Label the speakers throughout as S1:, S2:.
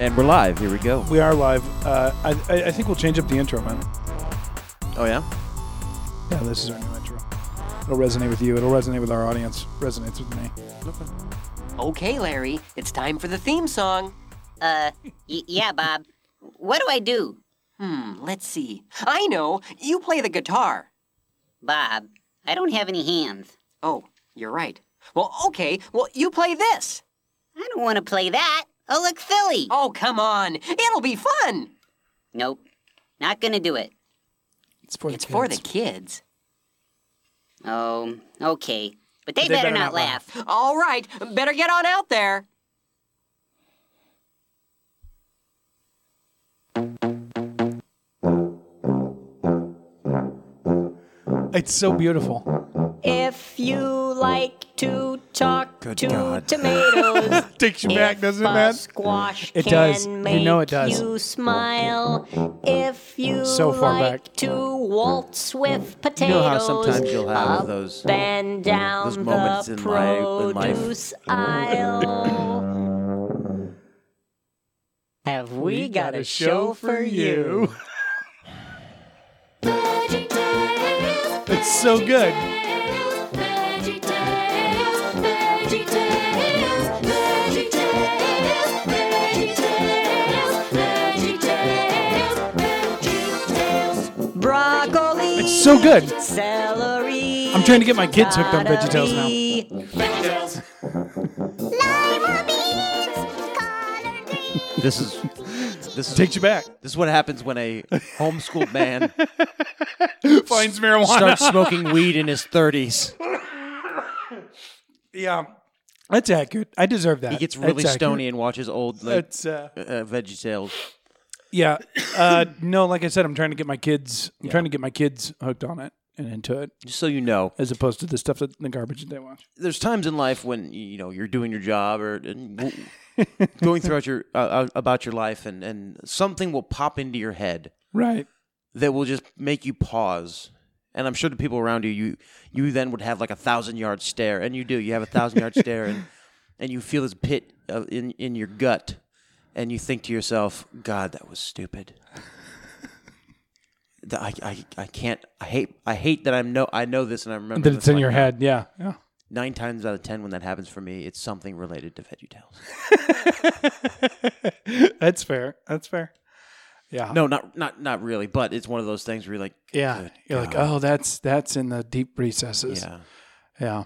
S1: And we're live. Here we go.
S2: We are live. Uh, I, I I think we'll change up the intro, man.
S1: Oh yeah.
S2: Yeah, this is our new intro. It'll resonate with you. It'll resonate with our audience. Resonates with me.
S3: Okay, Larry, it's time for the theme song.
S4: Uh, y- yeah, Bob. What do I do?
S3: Hmm, let's see. I know, you play the guitar.
S4: Bob, I don't have any hands.
S3: Oh, you're right. Well, okay, well, you play this.
S4: I don't want to play that. I'll look silly.
S3: Oh, come on. It'll be fun.
S4: Nope. Not gonna do it.
S2: It's for the
S3: It's for the
S2: kids.
S3: kids.
S4: Oh, okay. But they, better, not, laugh.
S3: All right, better get on out there.
S2: It's so beautiful.
S5: If you like to talk to
S1: God.
S5: tomatoes,
S2: Takes you
S5: if
S2: back, doesn't it,
S5: a
S2: man?
S5: squash
S2: It
S5: can
S2: does. You
S5: make
S2: know it does.
S5: you smile. If you
S2: So far back.
S5: like to waltz with
S1: You
S5: potatoes,
S1: know how sometimes you'll
S5: up
S1: have those.
S5: and down
S1: those moments
S5: the
S1: in li- in life.
S5: produce aisle. Have we, got, a show for you?
S2: it's so good.
S5: Broccoli.
S2: It's so good.
S5: Celery.
S2: I'm trying to get my kids hooked on VeggieTales now.
S1: This is this is
S2: Takes you back.
S1: this is what happens when a homeschooled man
S2: Finds marijuana.
S1: starts smoking weed in his thirties.
S2: Yeah, that's accurate. I deserve that.
S1: He gets
S2: That's
S1: really
S2: accurate.
S1: stony and watches old like,
S2: That's uh,
S1: uh, Veggie Tales.
S2: yeah. Uh, no, like I said, I'm trying to get my kids. I'm trying to get my kids hooked on it and into it,
S1: Just so you know,
S2: as opposed to the stuff that the garbage that they watch.
S1: there's times in life when you know you're doing your job or and w- going throughout your uh, uh, about your life, and and something will pop into your head
S2: Right.
S1: that will just make you pause. And I'm sure the people around you, you you then would have like a thousand yard stare, and you do. You have a thousand yard stare, and and you feel this pit of, in in your gut, and you think to yourself, "God, that was stupid. The- I, I I can't. I hate I hate that I'm no. I know this, and I remember
S2: That
S1: this
S2: it's in
S1: like
S2: your head. Yeah. Yeah.
S1: Nine times out of ten, when that happens for me, it's something related to VeggieTales.
S2: That's fair. That's fair. Yeah.
S1: No, not not not really, but it's one of those things where you're like,
S2: Yeah.
S1: "Good
S2: You're like,
S1: God."
S2: oh, that's that's in the deep recesses.
S1: yeah.
S2: Yeah.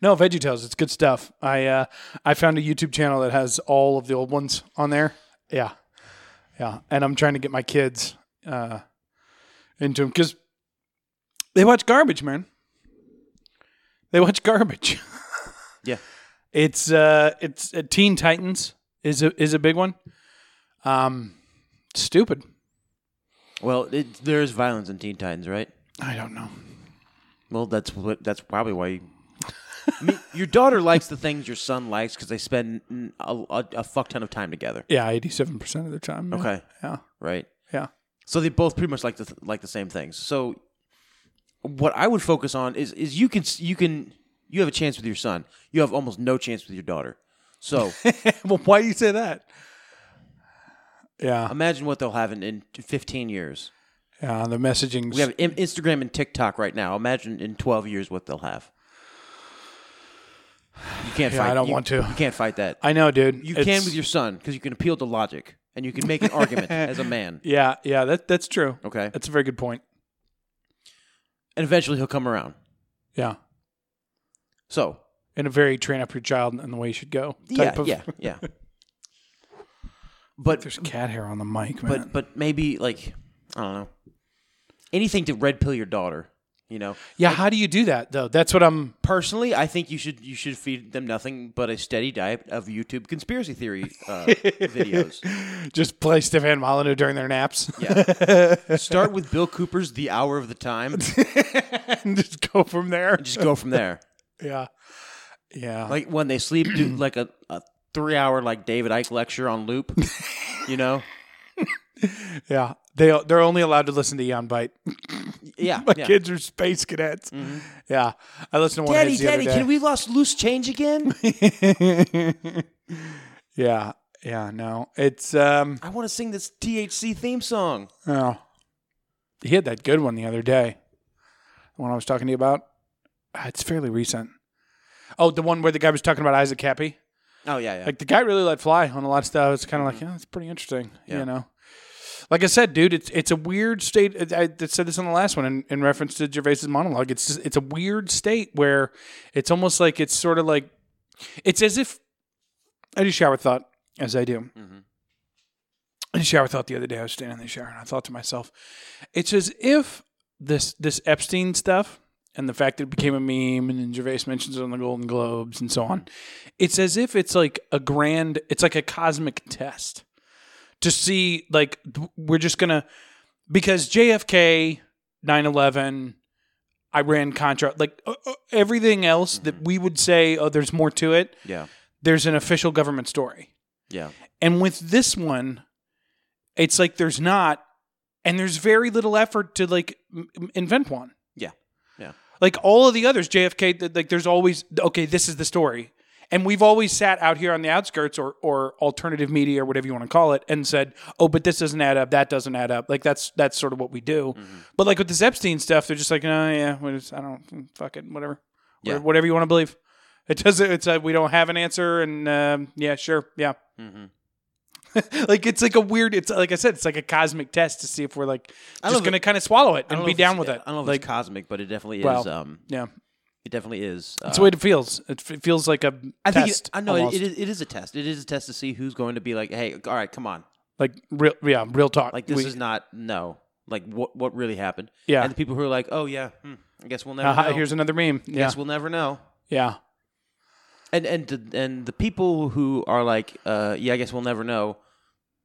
S2: No, VeggieTales, it's good stuff. I uh, I found a YouTube channel that has all of the old ones on there. Yeah, yeah, and I'm trying to get my kids uh, into them because they watch garbage, man. They watch garbage.
S1: Yeah.
S2: it's uh, it's uh, Teen Titans is a is a big one. Um, stupid.
S1: Well, it, there is violence in Teen Titans, right?
S2: I don't know.
S1: Well, that's what. That's probably why. You, I mean, your daughter likes the things your son likes because they spend mm, a, a, a fuck ton of time together.
S2: Yeah, eighty seven percent of the time. man.
S1: Okay,
S2: Yeah.
S1: right.
S2: Yeah.
S1: So they both pretty much like the th- like the same things. So what I would focus on is is you can s- you can you have a chance with your son. You have almost no chance with your daughter. So
S2: well, why do you say that? Yeah.
S1: imagine what they'll have in, in 15 years.
S2: Yeah, Uh, the messaging.
S1: We have in- Instagram and TikTok right now. Imagine in 12 years what they'll have. You can't
S2: Yeah,
S1: fight.
S2: I don't
S1: you-
S2: want to.
S1: You can't fight that.
S2: I know, dude.
S1: You
S2: It's-
S1: can with your son because you can appeal to logic and you can make an argument as a man.
S2: Yeah, yeah. That that's true.
S1: Okay,
S2: That's a very good point.
S1: and eventually he'll come around.
S2: Yeah,
S1: So
S2: and a very train up your child in the way you should go.
S1: yeah,
S2: type of-
S1: yeah, yeah. But
S2: There's cat hair on the mic, man.
S1: but but maybe like I don't know anything to red pill your daughter. You know,
S2: Yeah, how do you do that though? That's what I'm.
S1: personally, I think you should you should feed them nothing but a steady diet of YouTube conspiracy theory uh, videos.
S2: Just play Stefan Molyneux during their naps
S1: Start with Bill Cooper's "The Hour of the Time" and
S2: and just go from there.
S1: just go from there.
S2: Yeah, yeah.
S1: Like when they sleep, do like a, a three hour like David Icke lecture on loop. You know,
S2: Yeah, they they're only allowed to listen to Eon Bite.
S1: yeah.
S2: My
S1: yeah. Mm-hmm.
S2: kids are space cadets. Yeah, I listened to one. of
S1: Daddy,
S2: his the
S1: Daddy,
S2: other day.
S1: can we lost loose change again?
S2: Yeah, yeah. No, it's um.
S1: I want to sing this THC theme song.
S2: Oh, he had that good one the other day. The one I was talking to you about. Ah, It's fairly recent. Oh, the one where the guy was talking about Isaac Cappy.
S1: Oh yeah, yeah.
S2: Like the guy really let fly on a lot of stuff. It's kind of like, yeah, that's pretty interesting. You know, like I said, dude, it's it's a weird state. I, I said this on the last one in, in reference to Gervais's monologue. It's just, it's a weird state where it's almost like it's sort of like it's as if I do shower thought as I do. I did shower thought the other day. I was standing in the shower and I thought to myself, it's as if this this Epstein stuff and the fact that it became a meme and then Gervais mentions it on the Golden Globes and so on. It's as if it's like a grand, it's like a cosmic test to see like th- we're just gonna because JFK, 9-11, Iran Contra, like uh, uh, everything else that we would say, oh, there's more to it.
S1: Yeah.
S2: There's an official government story.
S1: Yeah.
S2: And with this one, it's like there's not, and there's very little effort to like m- m- invent one.
S1: Yeah. Yeah.
S2: Like all of the others, JFK, th- like there's always okay, this is the story, and we've always sat out here on the outskirts or or alternative media or whatever you want to call it, and said, oh, but this doesn't add up, that doesn't add up. Like that's that's sort of what we do.
S1: Mm-hmm.
S2: But like with this Epstein stuff, they're just like, oh yeah, we just, I don't mm, fuck it, whatever,
S1: Yeah.
S2: Wha- whatever you want to believe. It doesn't. It's uh we don't have an answer, and um, yeah, sure, yeah
S1: Mm-hmm.
S2: like it's like a weird it's like i said it's like a cosmic test to see if we're like just
S1: love
S2: gonna
S1: it.
S2: kind of swallow it
S1: I
S2: and
S1: don't
S2: be
S1: know if
S2: down
S1: it's-
S2: with it
S1: I don't know if
S2: like
S1: it's cosmic, but it definitely is.
S2: Well,
S1: um,
S2: yeah
S1: it definitely is.
S2: that's
S1: uh,
S2: the way it feels it, f- feels like a
S1: I think
S2: test
S1: it, I know it,
S2: almost.
S1: it, is, it is a test. It is a test to see who's going to be like, hey, all right, come on,
S2: like real yeah real talk
S1: like this
S2: We-
S1: is not no, like what what really happened?
S2: Yeah.
S1: and the people who are like, oh yeah, hmm, I guess we'll never.
S2: Aha,
S1: know.
S2: here's another meme yeah
S1: guess we'll never know.
S2: yeah
S1: And and to- and the people who are like, uh, yeah, I guess we'll never know.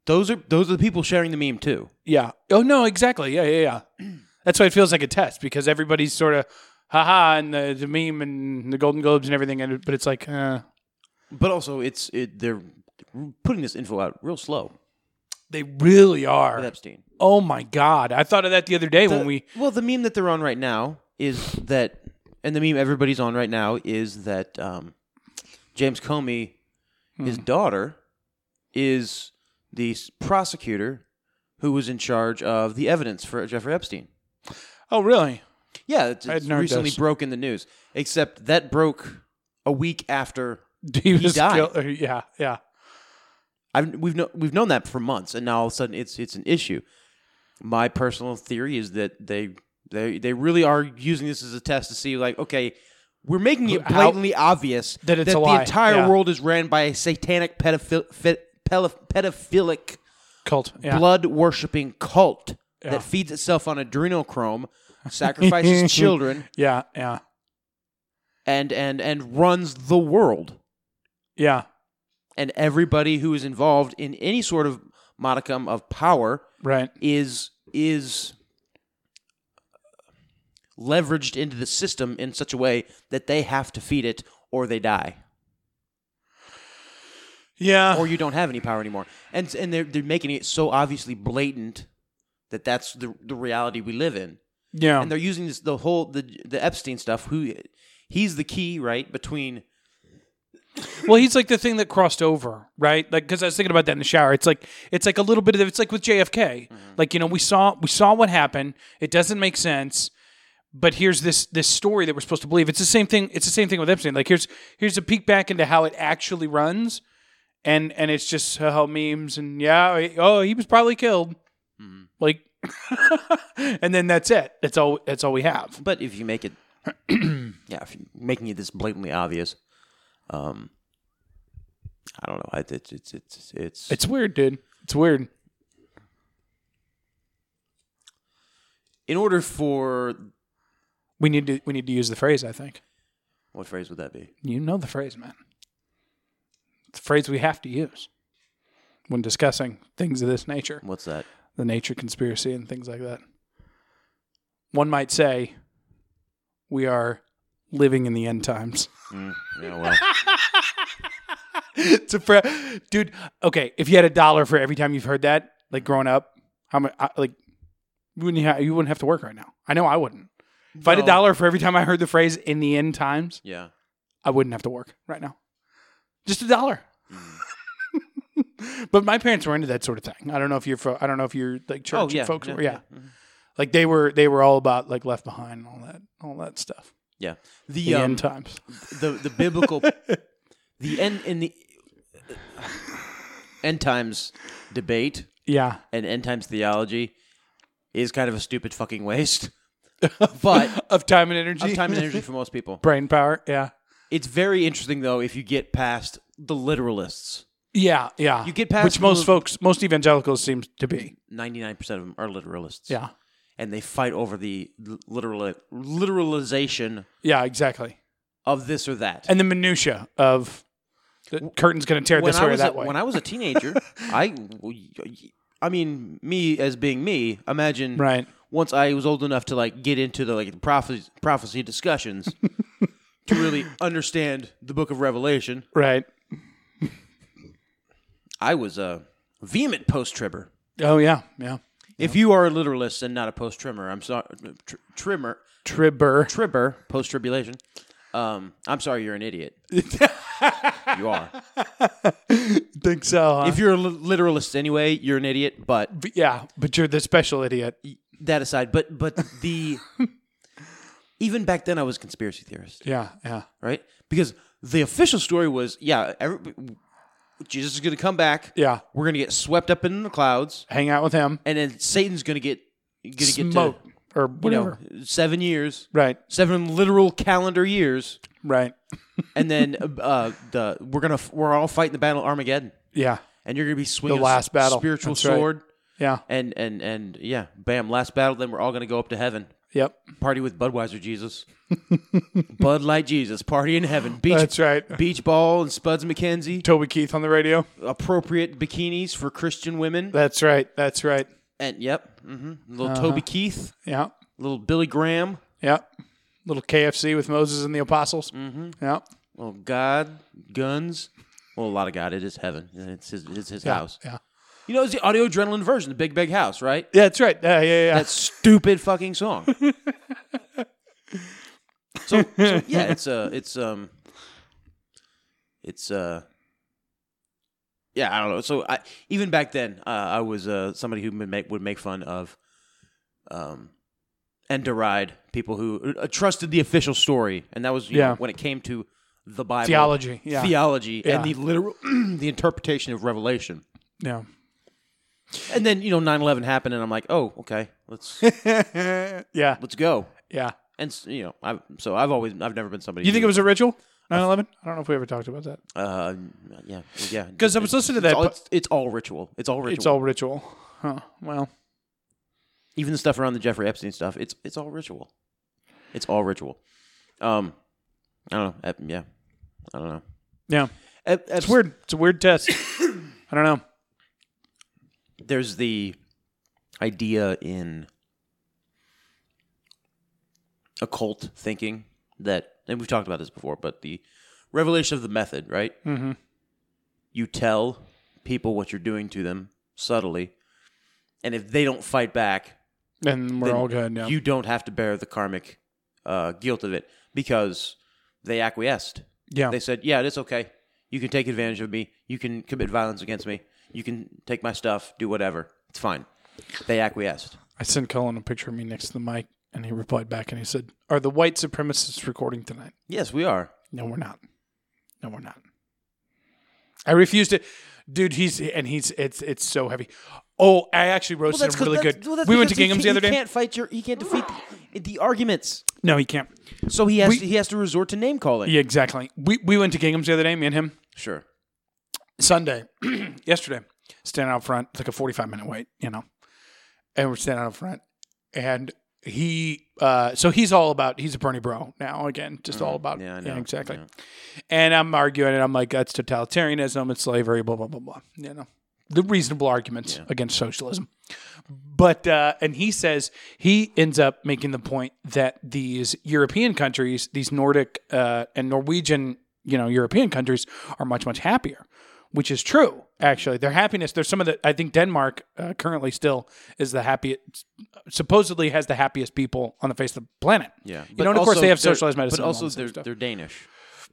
S1: Those are those are the people sharing the meme too.
S2: yeah oh no exactly yeah yeah yeah that's why it feels like a test because everybody's sort of haha and the, the meme and the golden globes and everything and, it- but it's like uh,
S1: But also, it's it, they're putting this info out real slow
S2: they really are
S1: with Epstein.
S2: oh my god i thought of that the other day when
S1: The-
S2: we
S1: well the meme that they're on right now is that and the meme everybody's on right now is that um, james comey
S2: Hmm.
S1: his daughter is the s- prosecutor who was in charge of the evidence for jeffrey epstein
S2: oh really
S1: yeah it's,
S2: I had
S1: it's
S2: heard
S1: recently
S2: this.
S1: broke in the news except that broke a week after
S2: he was
S1: died.
S2: killed- yeah yeah
S1: I've, we've, kno- we've known that for months and now all of a sudden it's, it's an issue my personal theory is that they they they really are using this as a test to see like okay we're making it
S2: How-
S1: blatantly obvious
S2: That it's a
S1: the
S2: lie,
S1: entire
S2: yeah.
S1: world is ran by a satanic pedophil- fe- pedoph- pedophilic
S2: cult yeah.
S1: blood worshipping cult
S2: Yeah.
S1: that feeds itself on adrenochrome sacrifices children
S2: Yeah, yeah,
S1: and and and runs the world
S2: yeah,
S1: and everybody who is involved in any sort of modicum of power
S2: right.
S1: is is leveraged into the system in such a way that they have to feed it or they die
S2: Yeah,
S1: or you don't have any power anymore and and they're they're making it so obviously blatant that that's the the reality we live in
S2: yeah,
S1: and they're using this the whole the the Epstein stuff who he's the key right between
S2: well, he's like the thing that crossed over, right? Like, because I was thinking about that in the shower. It's like it's like a little bit of it's like with JFK. Like you know, we saw we saw what happened. It doesn't make sense, but here's this this story that we're supposed to believe. It's the same thing. It's the same thing with Epstein. Like here's here's a peek back into how it actually runs, and and it's just uh, how memes and yeah, oh, he was probably killed, like, and then that's it. That's all. That's all we have.
S1: but if you make it yeah if you're making it this blatantly obvious um I don't know I, it's, it's it's it's
S2: It's weird, dude. It's weird.
S1: in order for
S2: We need to we need to use the phrase. I think
S1: What phrase would that be?
S2: you know the phrase, man. It's a phrase we have to use when discussing things of this nature,
S1: What's that?
S2: the nature conspiracy and things like that. One might say we are living in the end times.
S1: Yeah, well,
S2: it's a fra- dude. Okay, if you had a dollar for every time you've heard that, like growing up, how much? I, like you wouldn't ha- you wouldn't have to work right now. I know I wouldn't. If I had a
S1: No.
S2: dollar for every time I heard the phrase "in the end times,"
S1: yeah.
S2: I wouldn't have to work right now. Just a dollar. but my parents were into that sort of thing. I don't know if you're. Fo- I don't know if you're like church
S1: Oh, yeah,
S2: and folks.
S1: yeah, mm-hmm.
S2: were, yeah. Like they were. They were all about like Left Behind and all that. All that stuff.
S1: Yeah.
S2: The
S1: The um,
S2: end times.
S1: the the biblical the end in the end times debate
S2: Yeah.
S1: and end times theology is kind of a stupid fucking waste. But
S2: Of time and energy.
S1: of time and energy for most people.
S2: Brain power. Yeah.
S1: It's very interesting though if you get past the literalists.
S2: Yeah, yeah.
S1: You get past
S2: which most
S1: the-
S2: folks, most evangelicals seem to be.
S1: 99% of them are literalists.
S2: Yeah,
S1: And they fight over the literal literalization
S2: yeah, exactly.
S1: of this or that.
S2: And the minutia of the curtain's going to tear
S1: when
S2: this
S1: I
S2: way or
S1: was
S2: that
S1: a,
S2: way.
S1: when I was a teenager, I, I mean, me as being me, imagine
S2: Right.
S1: once I was old enough to like get into the like prophecy prophecy discussions to really understand the Book of Revelation.
S2: right.
S1: I was a vehement post tribber.
S2: Oh yeah, yeah.
S1: If you are a literalist and not a post trimmer, I'm sorry, tr- trimmer,
S2: Tribber.
S1: tribber, post tribulation. Um, I'm sorry, you're an idiot. you are.
S2: Think so? Huh?
S1: If you're a li- literalist anyway, you're an idiot. But
S2: But yeah, but you're the special idiot.
S1: that aside, but but the even back then I was a conspiracy theorist,
S2: Yeah, yeah,
S1: right? Because the official story was, yeah, every, Jesus is going to come back.
S2: yeah.
S1: We're going to get swept up in the clouds,
S2: Hang out with him.
S1: and then Satan's going to get going to get to
S2: Smoke or
S1: you know,
S2: whatever.
S1: seven years,
S2: Right,
S1: seven literal calendar years,
S2: right.
S1: and then uh, the we're gonna we're all fighting the battle of Armageddon,
S2: Yeah,
S1: and you're going to be swinging a
S2: last battle.
S1: spiritual
S2: That's right.
S1: sword.
S2: yeah,
S1: And, and and yeah, bam! Last battle. Then we're all gonna go up to heaven.
S2: yep.
S1: Party with Budweiser Jesus. Bud Light Jesus. Party in heaven. Beach,
S2: That's right.
S1: Beach ball and Spuds McKenzie.
S2: Toby Keith on the radio.
S1: Appropriate bikinis for Christian women.
S2: That's right. That's right.
S1: And yep. hmm Little
S2: Uh-huh.
S1: Toby Keith.
S2: Yeah,
S1: Little Billy Graham.
S2: yeah. Little KFC with Moses and the apostles. Mm-hmm. Yeah.
S1: Little God. Guns. Well, a lot of God. It is heaven. It's his, it's his
S2: Yeah,
S1: house.
S2: Yeah.
S1: You know, it's the audio adrenaline version, the Big Big House, right?
S2: Yeah, that's right. Yeah, yeah, yeah.
S1: That stupid fucking song. so, so yeah, it's uh it's um it's uh yeah, I don't know. So I even back then, uh, I was uh somebody who would make would make fun of um and deride people who uh, trusted the official story, and that was you
S2: Yeah.
S1: know, when it came to the Bible
S2: Theology, yeah.
S1: theology, and
S2: Yeah.
S1: the literal the interpretation of Revelation.
S2: yeah.
S1: And then you know 9-11 happened, and I'm like, oh, okay, let's
S2: Yeah,
S1: let's go.
S2: yeah.
S1: And s- you know, I so I've always I've never been somebody.
S2: You think
S1: who-
S2: it was a ritual? 9-11? I don't know if we ever talked about that.
S1: Uh, yeah, yeah.
S2: 'Cause I was listening to
S1: It's
S2: that
S1: all,
S2: po-
S1: it's, it's all ritual. It's all ritual.
S2: It's all ritual. Huh. Well,
S1: even the stuff around the Jeffrey Epstein stuff. It's it's all ritual. It's all ritual. Um, I don't know. Ep- yeah, I don't know.
S2: yeah.
S1: Ep-
S2: It's weird. It's a weird test. I don't know.
S1: There's the idea in occult thinking that, and we've talked about this before, but the revelation of the method, right? Mm-hmm. You tell people what you're doing to them subtly, and if they don't fight back,
S2: And we're
S1: then
S2: all good. Yeah.
S1: You don't have to bear the karmic uh, guilt of it because they acquiesced.
S2: yeah.
S1: They said, "Yeah, it's okay. You can take advantage of me. You can commit violence against me. You can take my stuff. Do whatever. It's fine." They acquiesced.
S2: I sent Colin a picture of me next to the mic, and he replied back, and he said, "Are the white supremacists recording tonight?"
S1: Yes, we are.
S2: No, we're not. No, we're not. I refuse to, dude. He's and he's it's it's so heavy. Oh, I actually roasted him really good. we went to Gingham's the other day.
S1: He can't fight your. He can't defeat the, arguments.
S2: No, he can't.
S1: So he has
S2: We-
S1: to, he has to resort to name calling.
S2: Yeah, exactly. We we went to Gingham's the other day, me and him.
S1: Sure.
S2: Sunday, yesterday, standing out front, it's like a 45 minute wait, you know, and we're standing out front, and he uh, so he's all about he's a Bernie bro now again, just all about
S1: Mm-hmm. Yeah, I
S2: yeah,
S1: know.
S2: exactly. And I'm arguing and I'm like that's totalitarianism, it's slavery, blah blah blah blah. You know, the reasonable arguments against socialism. But uh, and he says he ends up making the point that these European countries, these Nordic uh, and Norwegian, you know, European countries are much much happier, which is true. Actually, their happiness. There's some of the. I think Denmark uh, currently still is the happiest. Supposedly has the happiest people on the face of the planet.
S1: Yeah,
S2: you know, and of course
S1: also
S2: they have
S1: they're-
S2: socialized medicine.
S1: But
S2: and all
S1: also
S2: this other
S1: they're
S2: stuff.
S1: they're Danish.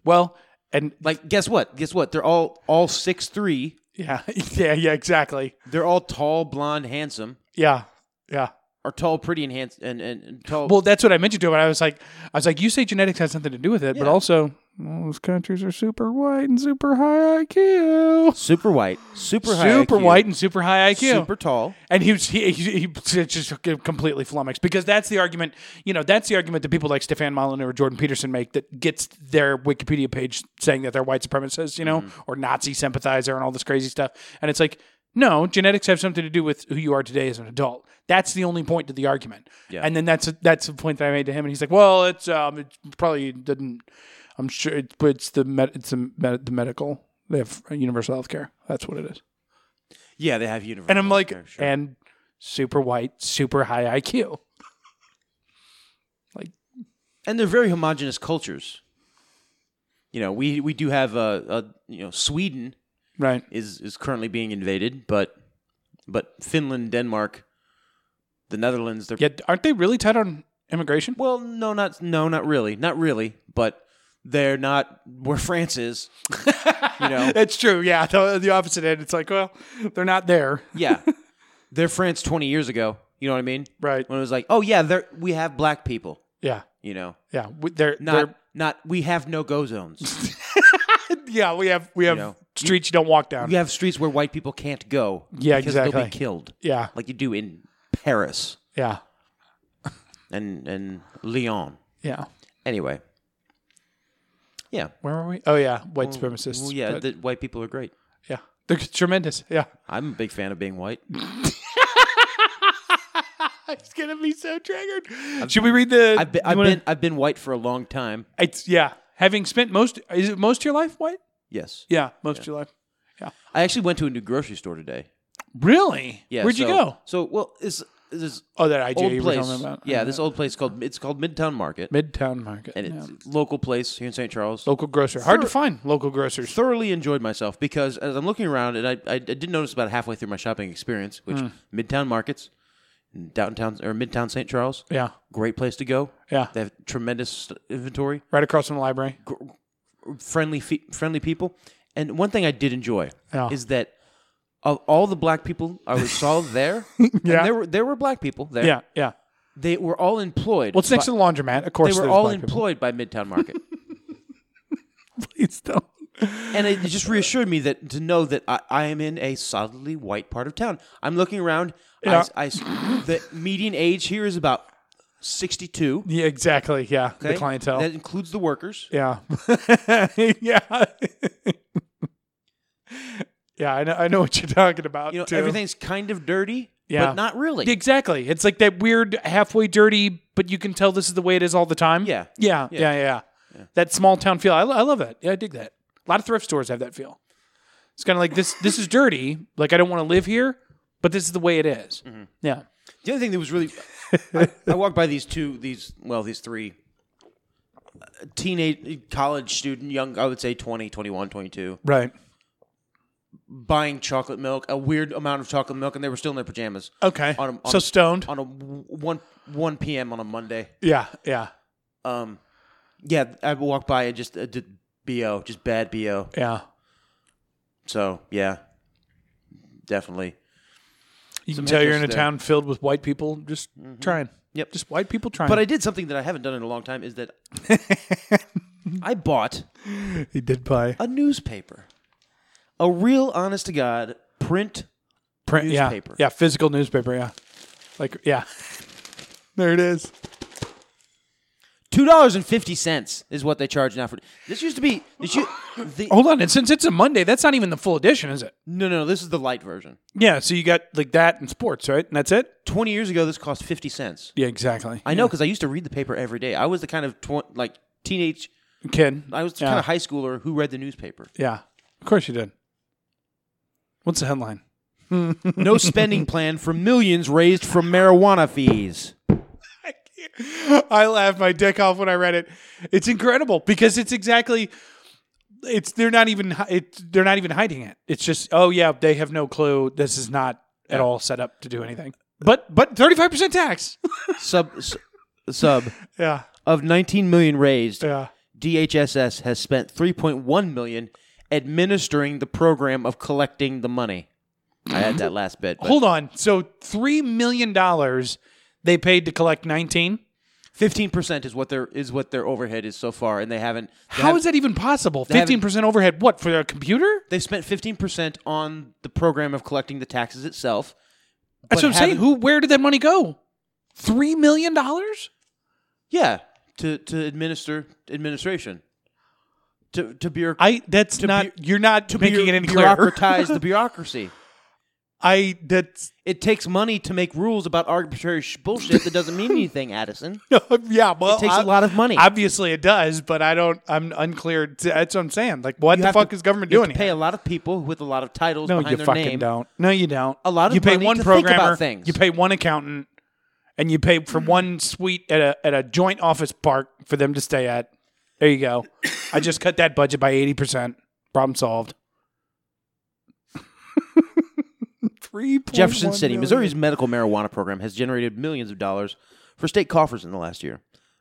S2: well, and
S1: Like, guess what? Guess what? They're all all six three.
S2: yeah, yeah, yeah, exactly.
S1: They're all tall, blonde, handsome,
S2: Yeah, yeah.
S1: or tall, pretty, and handsome, and, and, and tall.
S2: Well, that's what I mentioned to him. And I was like, I was like, you say genetics has something to do with it, but also well, those countries are super white and super high IQ,
S1: super white, super high,
S2: super
S1: IQ,
S2: white and super high IQ,
S1: super tall.
S2: And he was he, he, he just completely flummoxed because that's the argument. You know, that's the argument that people like Stefan Molyneux or Jordan Peterson make that gets their Wikipedia page saying that they're white supremacists, you know, or Nazi sympathizer and all this crazy stuff. And it's like, no, genetics have something to do with who you are today as an adult. That's the only point to the argument.
S1: Yeah.
S2: And then that's that's the point that I made to him, and he's like, well, it's um, it probably didn't. I'm sure it, but it's the med, it's the, med, the medical. They have universal health care. That's what it is.
S1: Yeah, they have universal.
S2: And I'm like,
S1: healthcare, sure.
S2: and super white, super high IQ.
S1: and they're very homogenous cultures. You know, we we do have a, a you know Sweden
S2: Right.
S1: is is currently being invaded, but but Finland, Denmark, the Netherlands, they're
S2: Yet, aren't they really tight on immigration?
S1: well, no, not no, not really, not really, but they're not where France is. you know,
S2: It's true. Yeah. The, the opposite end. It's like, well, they're not there.
S1: yeah, they're France twenty years ago. You know what I mean?
S2: Right.
S1: When it was like, oh yeah, there we have black people.
S2: Yeah.
S1: You know,
S2: Yeah. We, they're
S1: not not we have no go zones.
S2: they're- yeah. We have, we have
S1: know,
S2: streets you don't walk down.
S1: we have streets where white people can't go.
S2: Yeah,
S1: because They'll be
S2: exactly.
S1: killed.
S2: yeah.
S1: like you do in Paris
S2: Yeah.
S1: and and Lyon.
S2: Yeah.
S1: Anyway, yeah,
S2: Where are we? Oh, yeah. White supremacists.
S1: well, yeah,
S2: But-
S1: the white people are great.
S2: yeah. They're tremendous. Yeah.
S1: I'm a big fan of being white.
S2: It's going to be so triggered. Should we read the.
S1: I've been,
S2: you
S1: I've
S2: wanna-
S1: been I've been white for a long time.
S2: It's, yeah. Having spent most. Is it most of your life white?
S1: Yes,
S2: Yeah. Most of your life.
S1: I actually went to a new grocery store today.
S2: Really?
S1: Yeah,
S2: Where'd you
S1: so-
S2: go?
S1: So well, it's it's this
S2: Oh, that IJ
S1: old
S2: you were
S1: place.
S2: talking about. Uh,
S1: Yeah, this old place called it's called Midtown Market,
S2: Midtown Market.
S1: and
S2: yeah.
S1: it's a local place here in St. Charles.
S2: local grocer. Hard to find local grocers.
S1: Thoroughly enjoyed myself because as I'm looking around, and I, I I did notice about halfway through my shopping experience, which
S2: Hmm.
S1: Midtown Markets, in downtown or Midtown St. Charles,
S2: Yeah,
S1: great place to go.
S2: yeah.
S1: They have tremendous inventory,
S2: Right across from the library.
S1: friendly fe- friendly people. And one thing I did enjoy
S2: Yeah.
S1: is that of all the black people I was- saw there, and
S2: Yeah.
S1: there were there were black people there.
S2: Yeah, yeah.
S1: They were all employed.
S2: What's next
S1: by-
S2: to the laundromat? Of course,
S1: They were
S2: there's
S1: all
S2: black people.
S1: employed by Midtown Market.
S2: Please don't.
S1: and it just reassured me that to know that I, I am in a solidly white part of town. I'm looking around. I s-
S2: Yeah.
S1: I s- the median age here is about 62.
S2: Yeah, exactly. Yeah,
S1: okay?
S2: the clientele.
S1: That includes the workers.
S2: yeah, yeah, yeah. I know. I know what you're talking about.
S1: You know,
S2: too.
S1: everything's kind of dirty,
S2: Yeah.
S1: but not really.
S2: Exactly. It's like that weird halfway dirty, but you can tell this is the way it is all the time.
S1: Yeah.
S2: Yeah. Yeah. Yeah. That small town feel. I, I love that. Yeah, I dig that. A lot of thrift stores have that feel. It's kind of like this. This is dirty. Like I don't want to live here, but this is the way it is.
S1: Mm-hmm.
S2: Yeah.
S1: The other thing that was really, I, I walked by these two, these well, these three uh, teenage college student, young, I would say 20, 21, 22,
S2: Right.
S1: buying chocolate milk, a weird amount of chocolate milk, and they were still in their pajamas.
S2: Okay.
S1: On a- on
S2: so
S1: a-
S2: stoned.
S1: on a w- one one p.m. on a Monday.
S2: yeah. Yeah.
S1: Um, yeah, I walked by and just uh, did bo, just bad bo.
S2: Yeah.
S1: So yeah, definitely.
S2: You
S1: Some
S2: can tell you're in a
S1: hipsters there.
S2: town filled with white people just trying.
S1: Yep.
S2: Just white people trying.
S1: But I did something that I haven't done in a long time. Is that I bought
S2: he did buy
S1: a newspaper, a real honest to god print.
S2: print
S1: newspaper.
S2: Yeah. Yeah. Physical newspaper. Yeah. Like yeah. there it is.
S1: Two dollars and fifty cents is what they charge now for. This used to be. This u- the,
S2: Hold on, and since it's a Monday, that's not even the full edition, is it?
S1: No, no, this is the light version.
S2: Yeah, so you got like that and sports, right? And that's it?
S1: Twenty years ago, this cost fifty cents.
S2: Yeah, exactly.
S1: I know because I used to read the paper every day. I was the kind of tw- like teenage.
S2: Kid.
S1: I was the
S2: yeah.
S1: kind of high schooler who read the newspaper.
S2: Yeah. Of course you did. What's the headline?
S1: No spending plan for millions raised from marijuana fees.
S2: I laughed my dick off when I read it. It's incredible because it's exactly it's they're not even hi- it, they're not even hiding it. It's just oh yeah, they have no clue. This is not at all set up to do anything. But but 35% tax.
S1: Sub s- sub
S2: yeah.
S1: of 19 million raised.
S2: Yeah.
S1: DHSS has spent 3.1 million administering the program of collecting the money. I had that last bit. but-
S2: Hold on. So 3 million dollars they paid to collect 19?
S1: Fifteen percent is what their is what their overhead is so far, and they haven't. They
S2: How is that even possible?
S1: haven't-
S2: 15% overhead what for a computer?
S1: They spent fifteen percent on the program of collecting the taxes itself.
S2: That's
S1: but
S2: what I'm saying.
S1: haven't-
S2: Who where did that money go? 3 million dollars?
S1: Yeah, to to administer administration, to to bureauc-
S2: I that's
S1: To
S2: not
S1: bu-
S2: you're not
S1: to
S2: making
S1: bu-
S2: it any clearer.
S1: bureaucratize the bureaucracy.
S2: I that's
S1: It takes money to make rules about arbitrary sh- bullshit that doesn't mean anything, Addison.
S2: yeah. Well,
S1: It takes a
S2: a
S1: lot of money.
S2: Obviously, it does, but I don't. I'm unclear. to- That's what I'm saying. Like, what
S1: You
S2: the
S1: have
S2: fuck
S1: to-
S2: is government
S1: you have
S2: doing?
S1: to pay
S2: here?
S1: a lot of people with a lot of titles
S2: no,
S1: behind
S2: you
S1: their
S2: fucking
S1: name.
S2: don't. No, you don't.
S1: A lot of
S2: you pay
S1: money
S2: one
S1: to think about
S2: programmer.
S1: things.
S2: You pay one accountant, and you pay for one suite at a at a joint office park for them to stay at. There you go. I just cut that budget by eighty percent. Problem solved. Three
S1: Jefferson City, Missouri's medical marijuana program has generated millions of dollars for state coffers in the last year.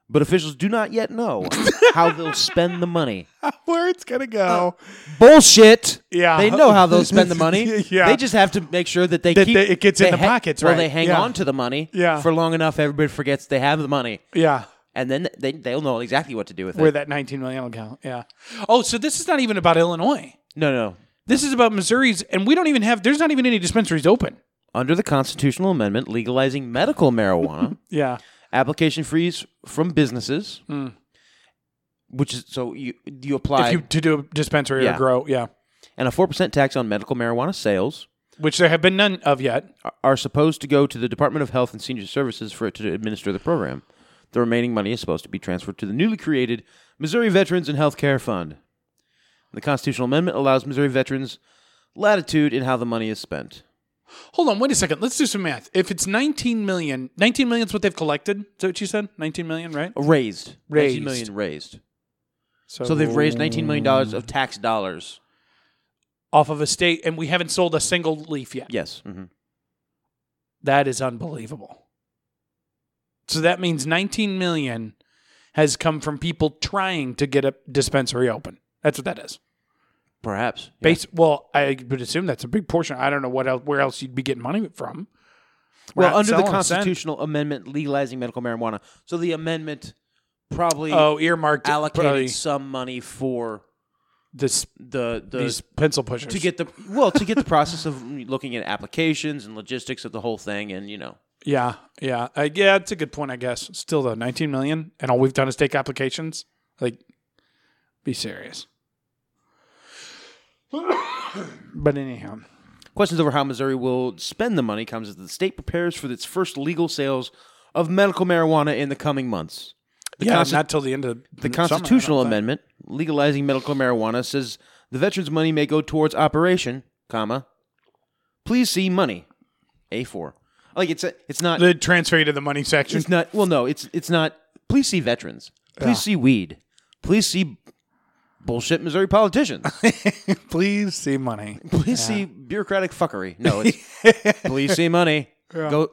S1: But officials do not yet know how they'll spend the money.
S2: Where it's gonna go?
S1: Bullshit.
S2: Yeah.
S1: They know how they'll spend the money.
S2: Yeah.
S1: They just have to make sure that they
S2: That
S1: keep
S2: they- it gets in
S1: they
S2: the pockets,
S1: Well,
S2: right.
S1: they hang
S2: Yeah.
S1: on to the money
S2: Yeah.
S1: for long enough everybody forgets they have the money.
S2: yeah.
S1: And then they they'll know exactly what to do with
S2: where
S1: it.
S2: that 19 million will count. Yeah. Oh, so this is not even about Illinois.
S1: No, no.
S2: This is about Missouri's, and we don't even have. There's not even any dispensaries open.
S1: Under the constitutional amendment legalizing medical marijuana,
S2: Yeah.
S1: application freeze from businesses, which is so you you apply
S2: Hmm. If you to do a dispensary
S1: Yeah.
S2: or grow, yeah,
S1: and a 4% tax on medical marijuana sales
S2: which there have been none of yet.
S1: are- are supposed to go to the Department of Health and Senior Services for it to administer the program. The remaining money is supposed to be transferred to the newly created Missouri Veterans and Health Care Fund. The constitutional amendment allows Missouri veterans latitude in how the money is spent.
S2: Hold on, wait a second. Let's do some math. If it's 19 million, 19 million is what they've collected. Is that what you said? 19 million, right?
S1: Uh, Raised.
S2: Raised.
S1: 19 million raised. So they've raised 19 million dollars of tax dollars.
S2: off of a state, and we haven't sold a single leaf yet.
S1: Yes. hmm
S2: That is unbelievable. So that means 19 million has come from people trying to get a dispensary open. That's what that is.
S1: Perhaps. Yeah.
S2: Base. Well, I would assume that's a big portion. I don't know what else, where else you'd be getting money from. We're
S1: Well,
S2: not
S1: under the
S2: selling a cent.
S1: constitutional amendment legalizing medical marijuana. So the amendment probably
S2: Oh, earmarked
S1: allocated
S2: probably
S1: some money for
S2: this,
S1: the the
S2: these pencil pushers
S1: to get the well to get the process of looking at applications and logistics of the whole thing and you know
S2: Yeah, yeah, I, yeah. It's a good point, I guess. Still though, 19 million, and all we've done is take applications. Like, be serious. but anyhow,
S1: questions over how Missouri will spend the money comes as the state prepares for its first legal sales of medical marijuana in the coming months. The
S2: yeah,
S1: consti-
S2: not till the end of
S1: the
S2: summer, I don't
S1: constitutional
S2: think.
S1: amendment legalizing medical marijuana says the veterans money may go towards operation, comma. Please see money. A4. Like it's a, it's not
S2: The transfer you to the money section.
S1: It's not. Well, no, it's it's not. Please see veterans. Please see weed. Please see bullshit Missouri politicians.
S2: Please see money.
S1: Please see bureaucratic fuckery. No, it's please see money. Go.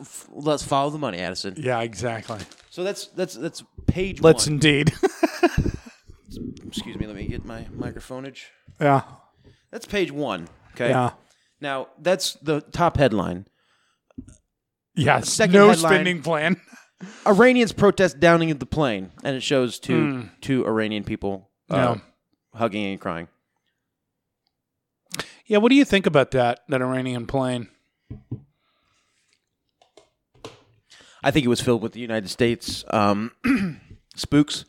S1: f- Let's follow the money, Addison.
S2: Yeah, exactly.
S1: So that's that's that's page
S2: Let's
S1: one.
S2: indeed.
S1: Excuse me. Let me get my microphoneage.
S2: yeah,
S1: That's page one. Okay.
S2: yeah.
S1: Now that's the top headline.
S2: Yes.
S1: Second
S2: no
S1: headline.
S2: spending plan.
S1: Iranians protest downing of the plane, and it shows two two Iranian people uh,
S2: Hmm. Yeah.
S1: hugging and crying.
S2: Yeah, what do you think about that that Iranian plane?
S1: I think it was filled with the United States um, spooks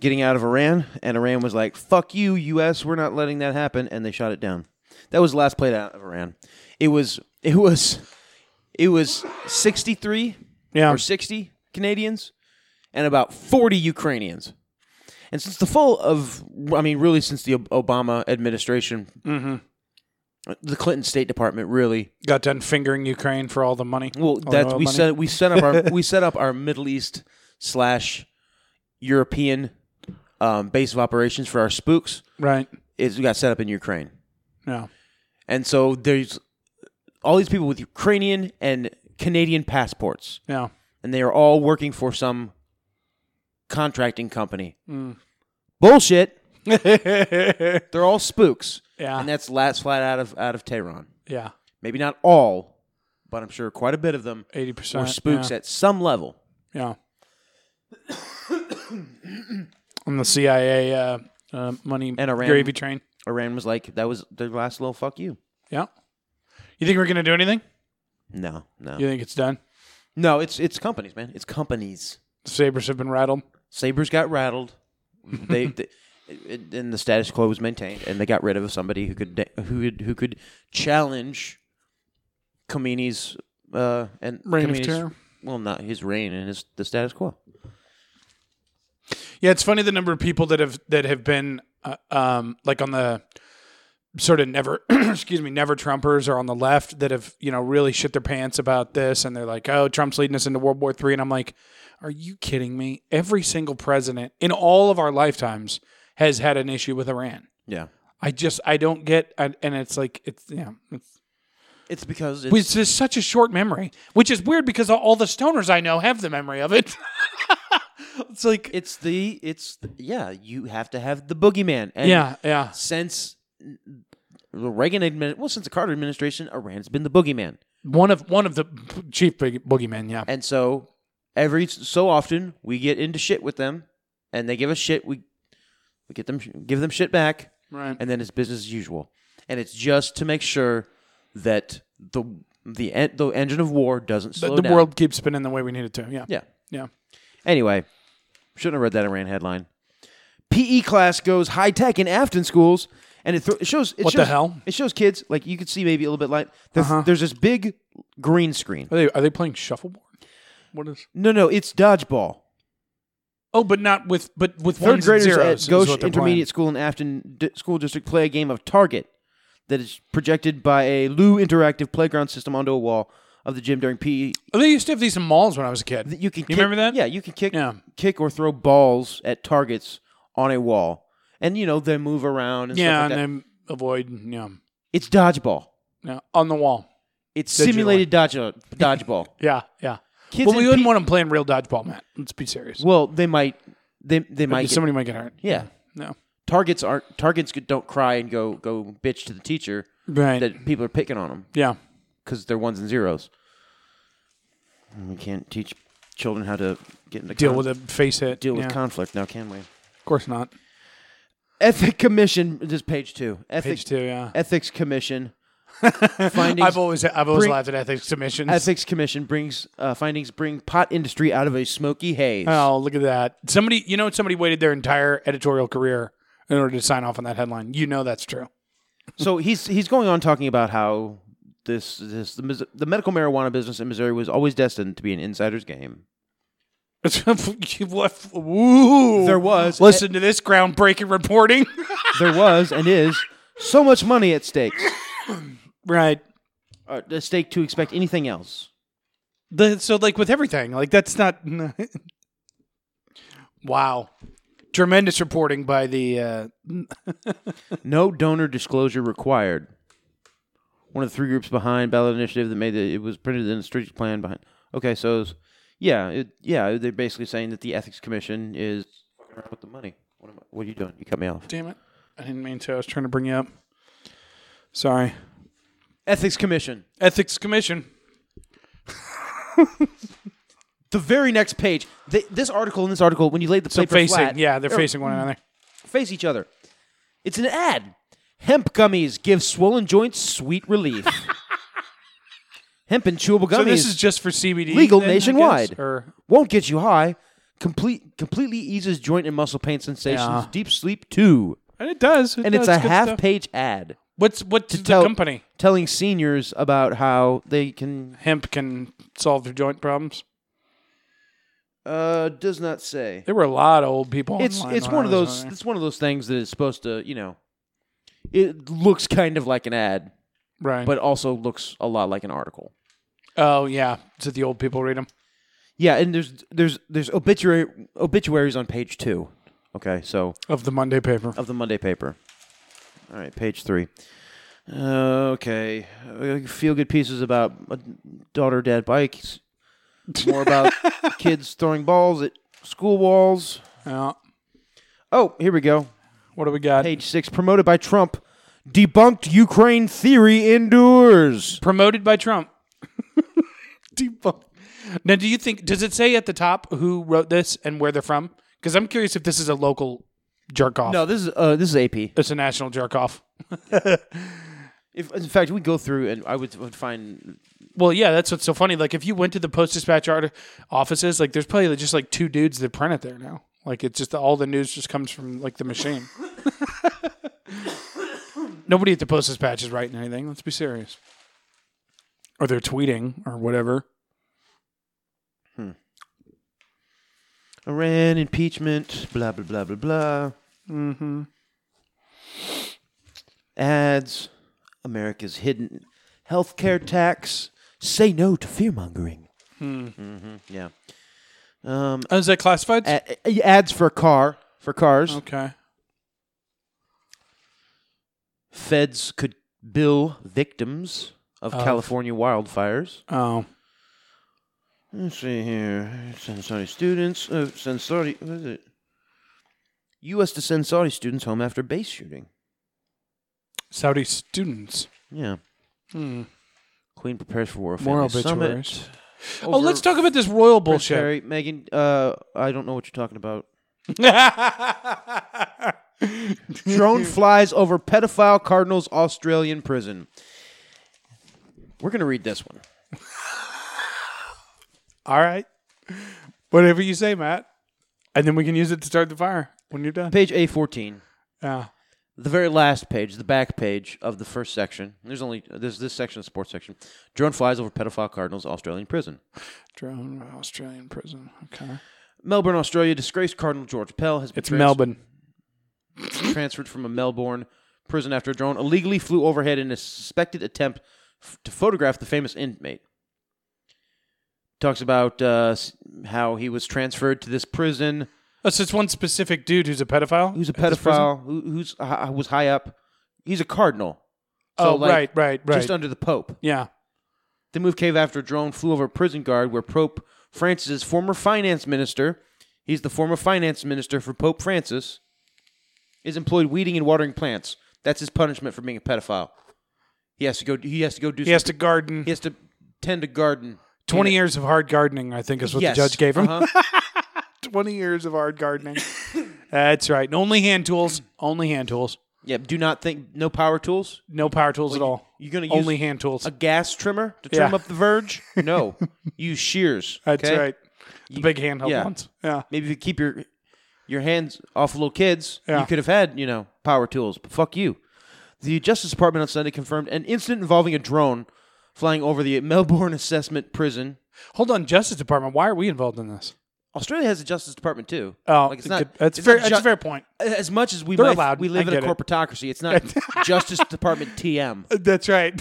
S1: getting out of Iran, and Iran was like, "Fuck you, U.S. We're not letting that happen," and they shot it down. That was the last plate out of Iran. It was it was it was sixty three
S2: Yeah.
S1: or sixty Canadians and about forty Ukrainians. And since the fall of, I mean, really since the Ob- Obama administration, the Clinton State Department really
S2: Got done fingering Ukraine for all the money.
S1: well,
S2: All the
S1: that's
S2: oil
S1: we
S2: Oh, money.
S1: set we set up our we set up our Middle East slash European um, base of operations for our spooks.
S2: right.
S1: Is we got set up in Ukraine,
S2: No.
S1: and so there's all these people with Ukrainian and Canadian passports,
S2: No.
S1: and they are all working for some contracting company. Bullshit. They're all spooks,
S2: Yeah.
S1: and that's last flat out of out of Tehran.
S2: Yeah.
S1: Maybe not all, but I'm sure quite a bit of them
S2: Eighty
S1: were
S2: percent.
S1: spooks at some level.
S2: Yeah. On the CIA uh, uh, money
S1: And Iran.
S2: gravy train.
S1: Iran was like, that was their last little fuck you.
S2: Yeah. You think we're gonna do anything?
S1: No, no.
S2: You think it's done?
S1: No, it's it's companies, man. It's companies.
S2: The sabers have been rattled.
S1: Sabres got rattled. they, they it- and the status quo was maintained and they got rid of somebody who could da- who could, who could challenge Khomeini's uh and
S2: Reign of
S1: Khomeini's-
S2: terror.
S1: Well, not his reign and his the status quo.
S2: Yeah, it's funny the number of people that have that have been uh, um, like on the sort of never, excuse me, never Trumpers or on the left that have you know really shit their pants about this, and they're like, oh, Trump's leading us into World War Three, and I'm like, are you kidding me? Every single president in all of our lifetimes has had an issue with Iran.
S1: Yeah.
S2: I just I don't get, and and it's like it's yeah, it's,
S1: It's because it's,
S2: it's just such a short memory, which is weird because all- all the stoners I know have the memory of it. it's like
S1: it's the it's yeah, you have to have the boogeyman. And
S2: yeah, yeah,
S1: since the Reagan admin, well, since the Carter administration, Iran's been the boogeyman,
S2: one of one of the chief boogie- boogeymen. Yeah,
S1: and so every so often we get into shit with them, and they give us shit. We we get them give them shit back,
S2: right.
S1: and then it's business as usual. And it's just to make sure that the the en- the engine of war doesn't
S2: The,
S1: slow
S2: the
S1: down.
S2: world keeps spinning the way we need it to. Yeah,
S1: yeah.
S2: yeah.
S1: Anyway, shouldn't have read that Iran headline. PE class goes high tech in Afton schools, and it, thro- it shows. It
S2: What the
S1: shows-
S2: hell? Uh-huh.
S1: It shows kids like you could see maybe a little bit like there's, there's this big green screen.
S2: Are they are they playing shuffleboard? What is?
S1: No, no, it's dodgeball.
S2: Oh, but not with but with
S1: Third
S2: ones and
S1: graders
S2: zeros.
S1: at
S2: is
S1: Goshen
S2: what they're
S1: Intermediate
S2: playing.
S1: School in Afton D- School District play a game of Target that is projected by a Lou interactive playground system onto a wall of the gym during E PE.
S2: Oh, they used to have these in malls when I was a kid.
S1: that you can
S2: You
S1: kick-
S2: remember that?
S1: Yeah, you can kick
S2: Yeah.
S1: kick or throw balls at targets on a wall, and you know they move around. And
S2: yeah,
S1: stuff like that.
S2: and then avoid yeah,
S1: it's dodgeball.
S2: yeah on the wall.
S1: It's
S2: Digital.
S1: simulated dodge uh, dodgeball.
S2: Yeah, yeah.
S1: Kids
S2: well, we
S1: in
S2: wouldn't
S1: P-
S2: want them playing real dodgeball, Matt. Let's be serious.
S1: Well, they might they they might get-
S2: Somebody might get hurt.
S1: yeah.
S2: No.
S1: Targets aren't targets could- don't cry and go go bitch to the teacher
S2: Right.
S1: that people are picking on them
S2: yeah.
S1: because they're ones and zeros. And We can't teach children how to get into
S2: Deal
S1: con-
S2: with it. Face it.
S1: deal with
S2: yeah.
S1: conflict now, can we?
S2: Of course not.
S1: Ethic Commission. This is page two.
S2: Page
S1: Ethic,
S2: two. Yeah.
S1: Ethics Commission findings.
S2: I've always I've always
S1: Bring-
S2: laughed at ethics submissions.
S1: Ethics Commission brings uh, findings bring pot industry out of a smoky haze.
S2: Oh, look at that. Somebody, you know, somebody waited their entire editorial career in order to sign off on that headline. You know that's true.
S1: So he's he's going on talking about how this this the, mis- the medical marijuana business in Missouri was always destined to be an insider's game.
S2: What- Ooh.
S1: There was-
S2: Listen to this groundbreaking reporting.
S1: There was and is so much money at stake,
S2: right.
S1: uh, at stake to expect anything else.
S2: The, so, like with everything, like that's not. wow. Tremendous reporting by the. Uh,
S1: No donor disclosure required. One of the three groups behind ballot initiative that made the, it was printed in a strategic plan behind. Okay, so it was- yeah, it, yeah, they're basically saying that the ethics commission is fucking around with the money. What, am I, what are you doing? You cut me off.
S2: damn it. I didn't mean to. I was trying to bring you up. Sorry.
S1: Ethics commission.
S2: Ethics Commission.
S1: The very next page. Th this article and this article, when you laid the
S2: So
S1: paper
S2: facing.
S1: flat,
S2: yeah, they're facing one another.
S1: face each other. It's an ad. Hemp gummies give swollen joints sweet relief. Hemp and chewable gummies.
S2: So this is just for CBD.
S1: legal
S2: then, I guess?
S1: nationwide.
S2: Or
S1: won't get you high. Complete, completely eases joint and muscle pain sensations.
S2: Yeah.
S1: Deep sleep too,
S2: And it does. It
S1: and it's
S2: does
S1: a
S2: good
S1: half
S2: stuff.
S1: page ad
S2: What's what's the
S1: tell-
S2: company?
S1: telling seniors about how they can.
S2: Hemp can solve their joint problems.
S1: Uh, does not say.
S2: There were a lot of old people.
S1: It's
S2: online
S1: it's
S2: when
S1: one
S2: I
S1: of
S2: was
S1: those
S2: on there.
S1: it's one of those things that is supposed to you know. It looks kind of like an ad,
S2: right?
S1: but also looks a lot like an article.
S2: oh yeah, so the old people read them.
S1: Yeah, and there's there's there's obituary obituaries on page two. Okay, so
S2: Of the Monday paper.
S1: of the Monday paper. All right, page three. Uh, okay, feel good pieces about a daughter dad bikes. More about kids throwing balls at school walls.
S2: Yeah.
S1: Oh, here we go.
S2: What do we got?
S1: Page six, promoted by Trump. Debunked Ukraine theory endures.
S2: Promoted by Trump. Debunked. Now, do you think? Does it say at the top who wrote this and where they're from? Because I'm curious if this is a local jerk off.
S1: No, this is uh, this is AP.
S2: it's a national jerk off.
S1: If, in fact, we go through and I would, would find
S2: Well, yeah, that's what's so funny. Like, if you went to the Post Dispatch art- offices, like, there's probably just like two dudes that print it there now. Like, it's just all the news just comes from like the machine. Nobody at the Post Dispatch is writing anything. Let's be serious. Or they're tweeting or whatever.
S1: Iran impeachment, blah blah blah blah blah.
S2: Mm-hmm.
S1: ads, America's hidden healthcare tax, say no to fearmongering. Hmm. Mm-hmm. Yeah. Um,
S2: Oh, is that classified?
S1: a- a- ads for car for cars.
S2: okay.
S1: Feds could bill victims of
S2: Of-
S1: California wildfires.
S2: Oh,
S1: Let's see here. Send Saudi students. Uh, send Saudi. What is it? U.S. to send Saudi students home after base shooting.
S2: Saudi students.
S1: Yeah. Queen prepares for war. of
S2: More
S1: Families Summit.
S2: Hmm. obituaries. Oh,
S1: Over
S2: let's talk about this royal
S1: Prince
S2: bullshit.
S1: Harry, Megan, uh, I don't know what you're talking about. Drone flies over pedophile cardinal's Australian prison. We're gonna read this one.
S2: All right. Whatever you say, Matt. And then we can use it to start the fire when you're done.
S1: Page A14,
S2: Yeah.
S1: the very last page, the back page of the first section. There's only there's this section, the sports section. Drone flies over pedophile cardinal's Australian prison.
S2: Drone
S1: uh,
S2: Australian prison. Okay.
S1: Melbourne, Australia, disgraced Cardinal George Pell has been
S2: It's
S1: trans-
S2: Melbourne.
S1: transferred from a Melbourne prison after a drone illegally flew overhead in a suspected attempt f- to photograph the famous inmate. Talks about uh, s- how he was transferred to this prison.
S2: Oh, so it's one specific dude who's a pedophile?
S1: Who's a
S2: at this prison?
S1: pedophile? Who, who's uh, was high up? He's a cardinal.
S2: Oh, right, right, right.
S1: Just under the Pope.
S2: yeah.
S1: The move came after a drone flew over a prison guard where Pope Francis's former finance minister, he's the former finance minister for Pope Francis, is employed weeding and watering plants. That's his punishment for being a pedophile. He has to go. He has to go do.
S2: He has to garden.
S1: He has to tend a garden.
S2: 20 years of hard gardening, I think, is what
S1: Yes.
S2: the judge gave him.
S1: Uh-huh.
S2: 20 years of hard gardening. That's right. And only hand tools. Only hand tools.
S1: yeah. Do not think no power tools.
S2: No power tools at all.
S1: You're gonna use
S2: only hand tools.
S1: a gas trimmer to trim
S2: Yeah.
S1: up the verge. No, use shears.
S2: That's
S1: okay?
S2: right. The big handheld
S1: yeah.
S2: ones. Yeah.
S1: Maybe if you keep your your hands off little kids,
S2: Yeah.
S1: you could have had, you know, power tools, but fuck you. The Justice Department on Sunday confirmed an incident involving a drone flying over the Melbourne Assessment Prison.
S2: Hold on, Justice Department. Why are we involved in this?
S1: Australia has a Justice Department too.
S2: Oh,
S1: Like, it's not-
S2: that's
S1: it's
S2: fair.
S1: not
S2: that's a
S1: ju-
S2: fair point.
S1: As much as we
S2: They're
S1: might,
S2: allowed.
S1: we live
S2: I
S1: in a
S2: get it.
S1: corporatocracy. It's not Justice Department TM.
S2: That's right.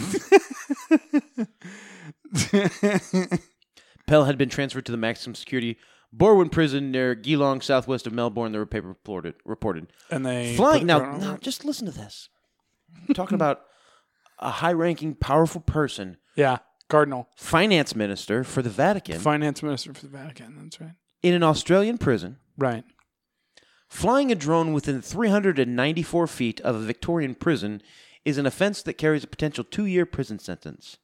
S1: Pell had been transferred to the maximum security Borwin prison near Geelong, southwest of Melbourne. The paper reported. reported.
S2: and they
S1: flying
S2: put-
S1: now, now just listen to this I'm talking about a high-ranking powerful person
S2: Yeah, Cardinal,
S1: finance minister for the vatican
S2: finance minister for the Vatican. That's right.
S1: in an australian prison
S2: Right.
S1: flying a drone within 394 feet of a victorian prison is an offense that carries a potential two-year prison sentence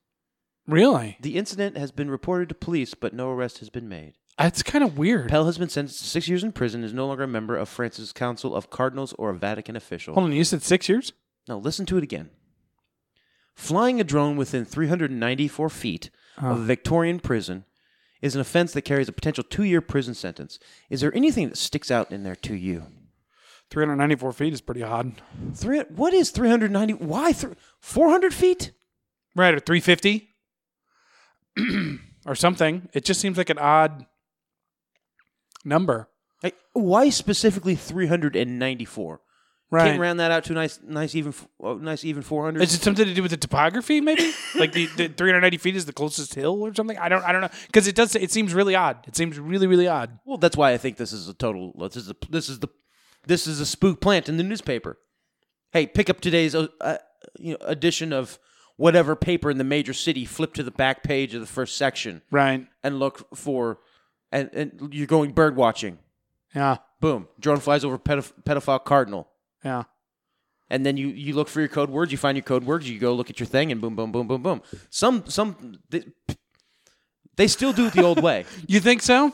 S2: Really?
S1: the incident has been reported to police but no arrest has been made
S2: That's kind of weird.
S1: pell has been sentenced to six years in prison and is no longer a member of france's council of cardinals or a vatican official
S2: Hold on, you said six years?
S1: No, listen to it again.
S2: Ah.
S1: Flying a drone within 394 feet of a Victorian prison is an offense that carries a potential two year prison sentence. Is there anything that sticks out in there to you?
S2: 394 feet is pretty odd.
S1: Three, what is 390? Why? Th- 400 feet?
S2: Right, or 350 or something. It just seems like an odd number.
S1: Like, why specifically 394?
S2: Right.
S1: Can't round that out to a nice, nice even, f- uh, nice even 400.
S2: Is it something to do with the topography, maybe? like the, the 390 feet is the closest hill or something? I don't, I don't know. Because it does, it seems really odd. It seems really, really odd.
S1: well, that's why I think this is a total. This is a, this is the this is a spook plant in the newspaper. Hey, pick up today's uh, uh, you know edition of whatever paper in the major city. Flip to the back page of the first section
S2: Right.
S1: and look for, and, and you're going bird watching.
S2: Yeah.
S1: Boom, drone flies over pedoph- pedophile cardinal.
S2: Yeah.
S1: and then you you look for your code words, you find your code words, you go look at your thing, and boom, boom, boom, boom, boom. Some some they, they still do it the old way.
S2: You think so?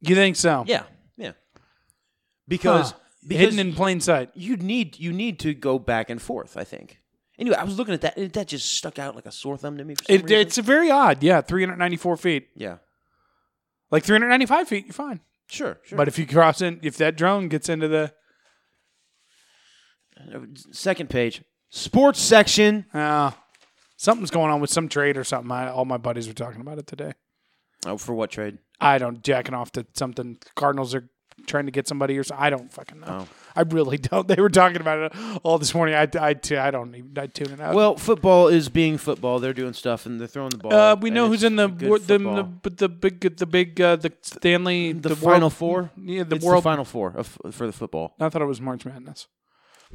S2: You think so?
S1: Yeah, yeah. Because
S2: Huh.
S1: because
S2: Hidden in plain sight.
S1: you need you need to go back and forth. I think. Anyway, I was looking at that. and That just stuck out like a sore thumb to me. For some
S2: It,
S1: reason.
S2: it's very odd. Yeah. 394 feet.
S1: yeah,
S2: Like 395 feet, you're fine.
S1: sure, sure.
S2: But if you cross in, if that drone gets into the,
S1: Second page, sports section.
S2: uh, something's going on with some trade or something. I, all my buddies were talking about it today.
S1: Oh, for what trade?
S2: I don't jacking off to something. Cardinals are trying to get somebody or something. I don't fucking know. I really don't. They were talking about it all this morning. I, I, I don't even I tune it out.
S1: Well, football is being football. They're doing stuff and they're throwing the ball.
S2: uh, we
S1: and
S2: know
S1: it's
S2: who's in the
S1: good
S2: wor- the,
S1: football.
S2: the the big the big uh, the Stanley
S1: the,
S2: world-
S1: final four.
S2: Yeah, the
S1: It's
S2: world.
S1: final four of, for the football.
S2: I thought it was March Madness,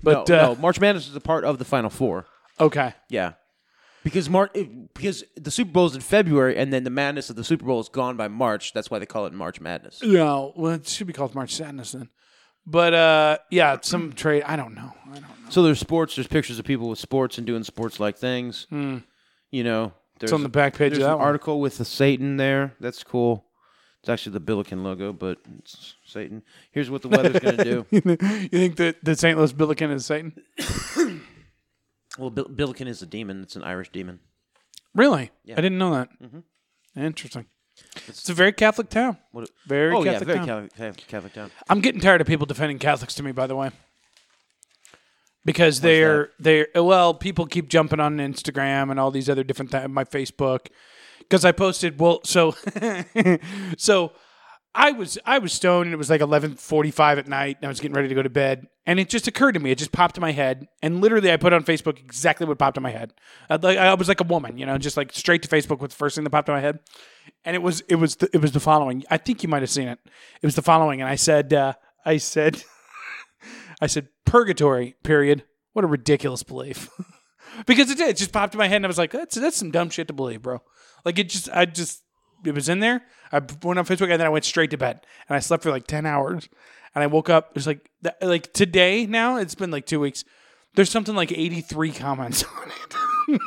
S2: but
S1: no,
S2: uh,
S1: no, March Madness is a part of the final four.
S2: okay,
S1: Yeah, because Mar- it- because the Super Bowl is in February, and then the madness of the Super Bowl is gone by March. That's why they call it March Madness.
S2: yeah. Well, it should be called March Sadness then. But uh, yeah, some trade. I don't know. I don't know.
S1: So there's sports. There's pictures of people with sports and doing sports like things. You know, there's
S2: Hmm. on the back page of
S1: There's
S2: that
S1: an
S2: one.
S1: article with the Satan there. That's cool. It's actually the Billiken logo, but it's Satan. Here's what the weather's going to do.
S2: you think that the St. Louis Billiken is Satan?
S1: Well, Bill- Billiken is a demon. It's an Irish demon.
S2: Really? I didn't know that. Interesting. It's, a very Catholic town.
S1: What a-
S2: Very
S1: Mm-hmm. oh
S2: Catholic
S1: yeah, very
S2: town.
S1: Catholic, Catholic, Catholic town.
S2: I'm getting tired of people defending Catholics to me, by the way. Because they're they're well, people keep jumping on Instagram and all these other different things. My Facebook, because I posted well, so so I was I was stoned and it was like 11:45 at night and I was getting ready to go to bed and it just occurred to me, it just popped in my head and literally I put on Facebook exactly what popped in my head. I'd like I was like a woman, you know, just like straight to Facebook with the first thing that popped in my head, and it was it was the, it was the following. I think you might have seen it. It was the following, and I said uh, I said I said purgatory. Period. What a ridiculous belief. because it did. It just popped in my head, and I was like, that's that's some dumb shit to believe, bro. Like it just I just it was in there. I went on Facebook, and then I went straight to bed, and I slept for like ten hours, and I woke up. It was like that, like today now. It's been like two weeks. There's something like 83 comments on it.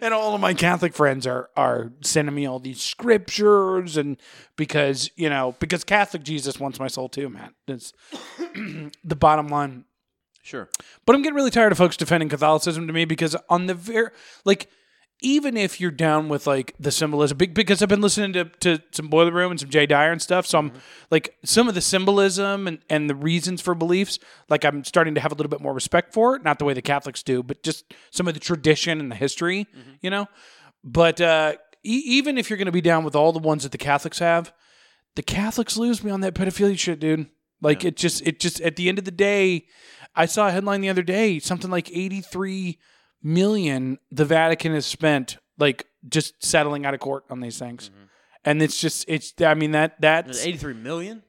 S2: and all of my Catholic friends are are sending me all these scriptures and because, you know, because Catholic Jesus wants my soul too, man. That's the bottom line.
S1: Sure.
S2: But I'm getting really tired of folks defending Catholicism to me because on the very like even if you're down with like the symbolism be- because I've been listening to, to some Boiler Room and some Jay Dyer and stuff, so I'm like some of the symbolism and, and the reasons for beliefs, like I'm starting to have a little bit more respect for it. Not the way the Catholics do, but just some of the tradition and the history, you know? But uh e- even if you're going to be down with all the ones that the Catholics have, the Catholics lose me on that pedophilia shit, dude. Like it just it just at the end of the day, I saw a headline the other day, something like 83 million the Vatican has spent like just settling out of court on these things. And it's just it's I mean that that's
S1: 83 million?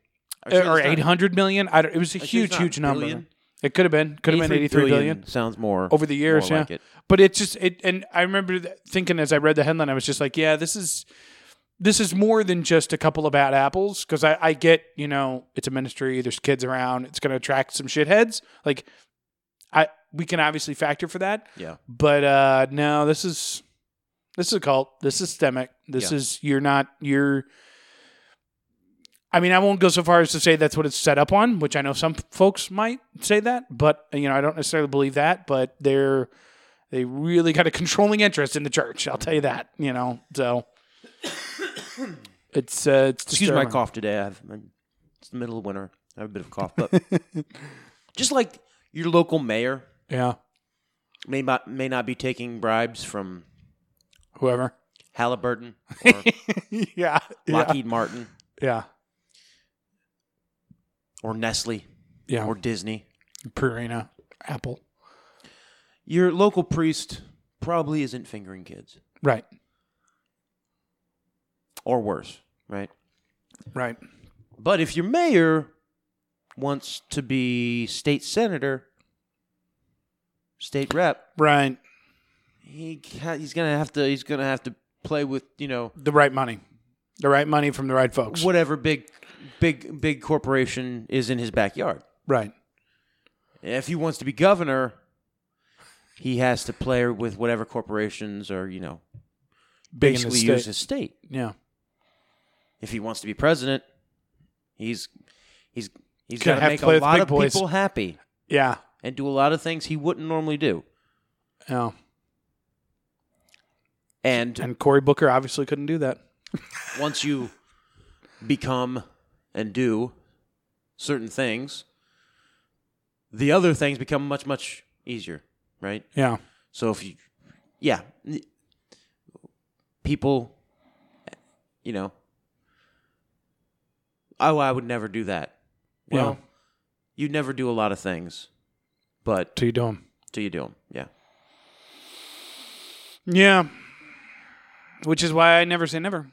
S1: Are you sure
S2: or
S1: that's not-
S2: 800 million. I don't, it was a
S1: sure
S2: huge
S1: it's not
S2: huge number.
S1: billion?
S2: It could have been could have been 83 billion.
S1: sounds more
S2: over the years,
S1: more
S2: yeah.
S1: like it.
S2: But it's just it, and I remember th- thinking as I read the headline, I was just like, yeah, this is this is more than just a couple of bad apples because I, I get you know it's a ministry, there's kids around, it's going to attract some shitheads. Like I we can obviously factor for that,
S1: Yeah.
S2: but uh no, this is this is a cult, this is systemic, this
S1: Yeah.
S2: is you're not you're. I mean, I won't go so far as to say that's what it's set up on, which I know some folks might say that, but you know, I don't necessarily believe that. But they're they really got a controlling interest in the church. I'll tell you that. You know, so It's uh, it's
S1: Excuse my
S2: disturbing.
S1: cough today. I've, I'm- it's the middle of winter. I have a bit of a cough, but just like your local mayor
S2: Yeah,
S1: may not may not be taking bribes from
S2: whoever.
S1: Halliburton or
S2: yeah, yeah,
S1: Lockheed Martin
S2: yeah,
S1: or Nestle
S2: yeah.
S1: or Disney.
S2: Purina, Apple.
S1: Your local priest probably isn't fingering kids
S2: Right,
S1: or worse, right?
S2: right.
S1: But if your mayor wants to be state senator, state rep,
S2: Right.
S1: he ca- he's gonna have to he's gonna have to play with you know
S2: The right money. The right money from the right folks.
S1: whatever big big big corporation is in his backyard.
S2: Right.
S1: If he wants to be governor, he has to play with whatever corporations are you know
S2: Big in
S1: basically
S2: the
S1: use
S2: state.
S1: his state.
S2: yeah.
S1: If he wants to be president, he's he's he's
S2: Gonna
S1: gonna
S2: have to
S1: make
S2: play
S1: a
S2: with
S1: lot
S2: big
S1: of
S2: boys.
S1: people happy
S2: Yeah.
S1: and do a lot of things he wouldn't normally do.
S2: Yeah.
S1: And
S2: And Cory Booker obviously couldn't do that.
S1: once you become and do certain things, the other things become much much easier, right?
S2: Yeah.
S1: So if you, yeah, n- people, you know, oh, I would never do that. Well,
S2: Yeah.
S1: you never do a lot of things, but
S2: So you do 'em.
S1: till you do them, yeah.
S2: Yeah. Which is why I never say never.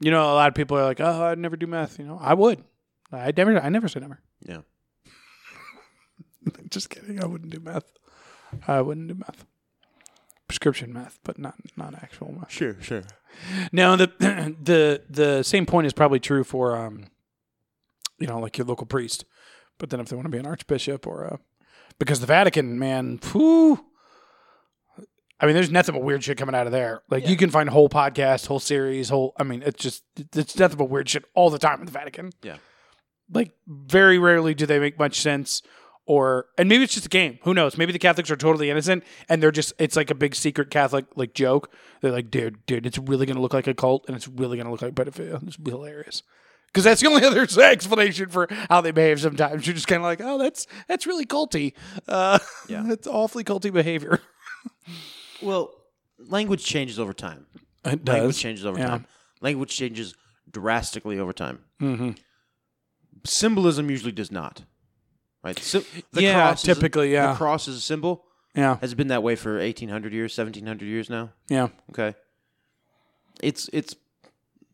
S2: You know, a lot of people are like, "Oh, I'd never do meth." You know, I would. I never. I never say never.
S1: Yeah.
S2: Just kidding. I wouldn't do meth. I wouldn't do meth. Prescription meth, but not not actual meth.
S1: Sure, sure.
S2: No, the the the same point is probably true for um, you know, like your local priest. But then if they want to be an archbishop or a, because the Vatican, man, whew, I mean, there's nothing but weird shit coming out of there. Like you can find whole podcast, whole series, whole. I mean, it's just it's nothing but weird shit all the time in the Vatican.
S1: Yeah.
S2: Like very rarely do they make much sense. Or and maybe it's just a game. Who knows? Maybe the Catholics are totally innocent and they're just it's like a big secret Catholic like joke. They're like, dude, dude, it's really gonna look like a cult and it's really gonna look like pedophilia. It's hilarious. Because that's the only other explanation for how they behave sometimes. You're just kind of like, oh, that's that's really culty. Uh,
S1: Yeah.
S2: that's awfully culty behavior.
S1: Well, language changes over time.
S2: It
S1: Language changes over
S2: Yeah.
S1: time. Language changes drastically over time. Symbolism usually does not. Right? Sy- the
S2: Yeah,
S1: cross is a-
S2: typically, yeah.
S1: The cross is a symbol.
S2: Yeah,
S1: Has been that way for 1800 years, 1700 years now.
S2: yeah,
S1: Okay. It's it's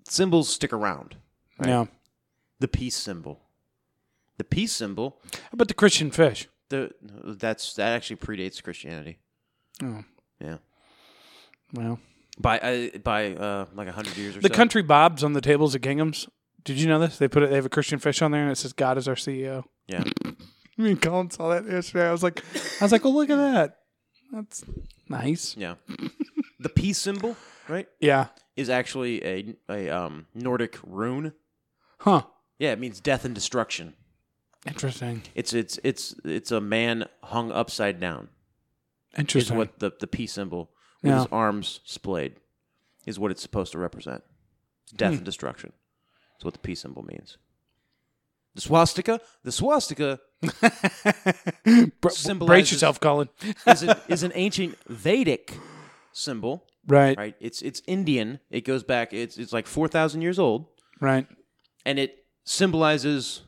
S1: symbols stick around.
S2: yeah.
S1: The peace symbol. The peace symbol,
S2: How about the Christian fish?
S1: the that's that actually predates Christianity.
S2: Oh.
S1: Yeah.
S2: Well,
S1: By uh, by uh like 100 years or
S2: the
S1: so.
S2: country bobs on the tables at Gingham's. Did you know this? They put it. They have a Christian fish on there, and it says "God is our E CEO."
S1: Yeah.
S2: Me and Colin saw that yesterday. I was like, I was like, well, look at that. That's nice.
S1: Yeah. the peace symbol, right?
S2: Yeah.
S1: is actually a a um, Nordic rune.
S2: Huh.
S1: Yeah, it means death and destruction.
S2: Interesting.
S1: It's it's it's it's a man hung upside down. Is
S2: Interesting.
S1: what the the peace symbol with his
S2: Yeah.
S1: arms splayed is what it's supposed to represent. Death and destruction. Is what the peace symbol means. The swastika, the swastika
S2: Bra- brace
S1: symbolizes-
S2: yourself, Colin.
S1: is an, is an ancient Vedic symbol,
S2: Right. Right.
S1: right? It's it's Indian. It goes back. It's it's like four thousand years old. and it symbolizes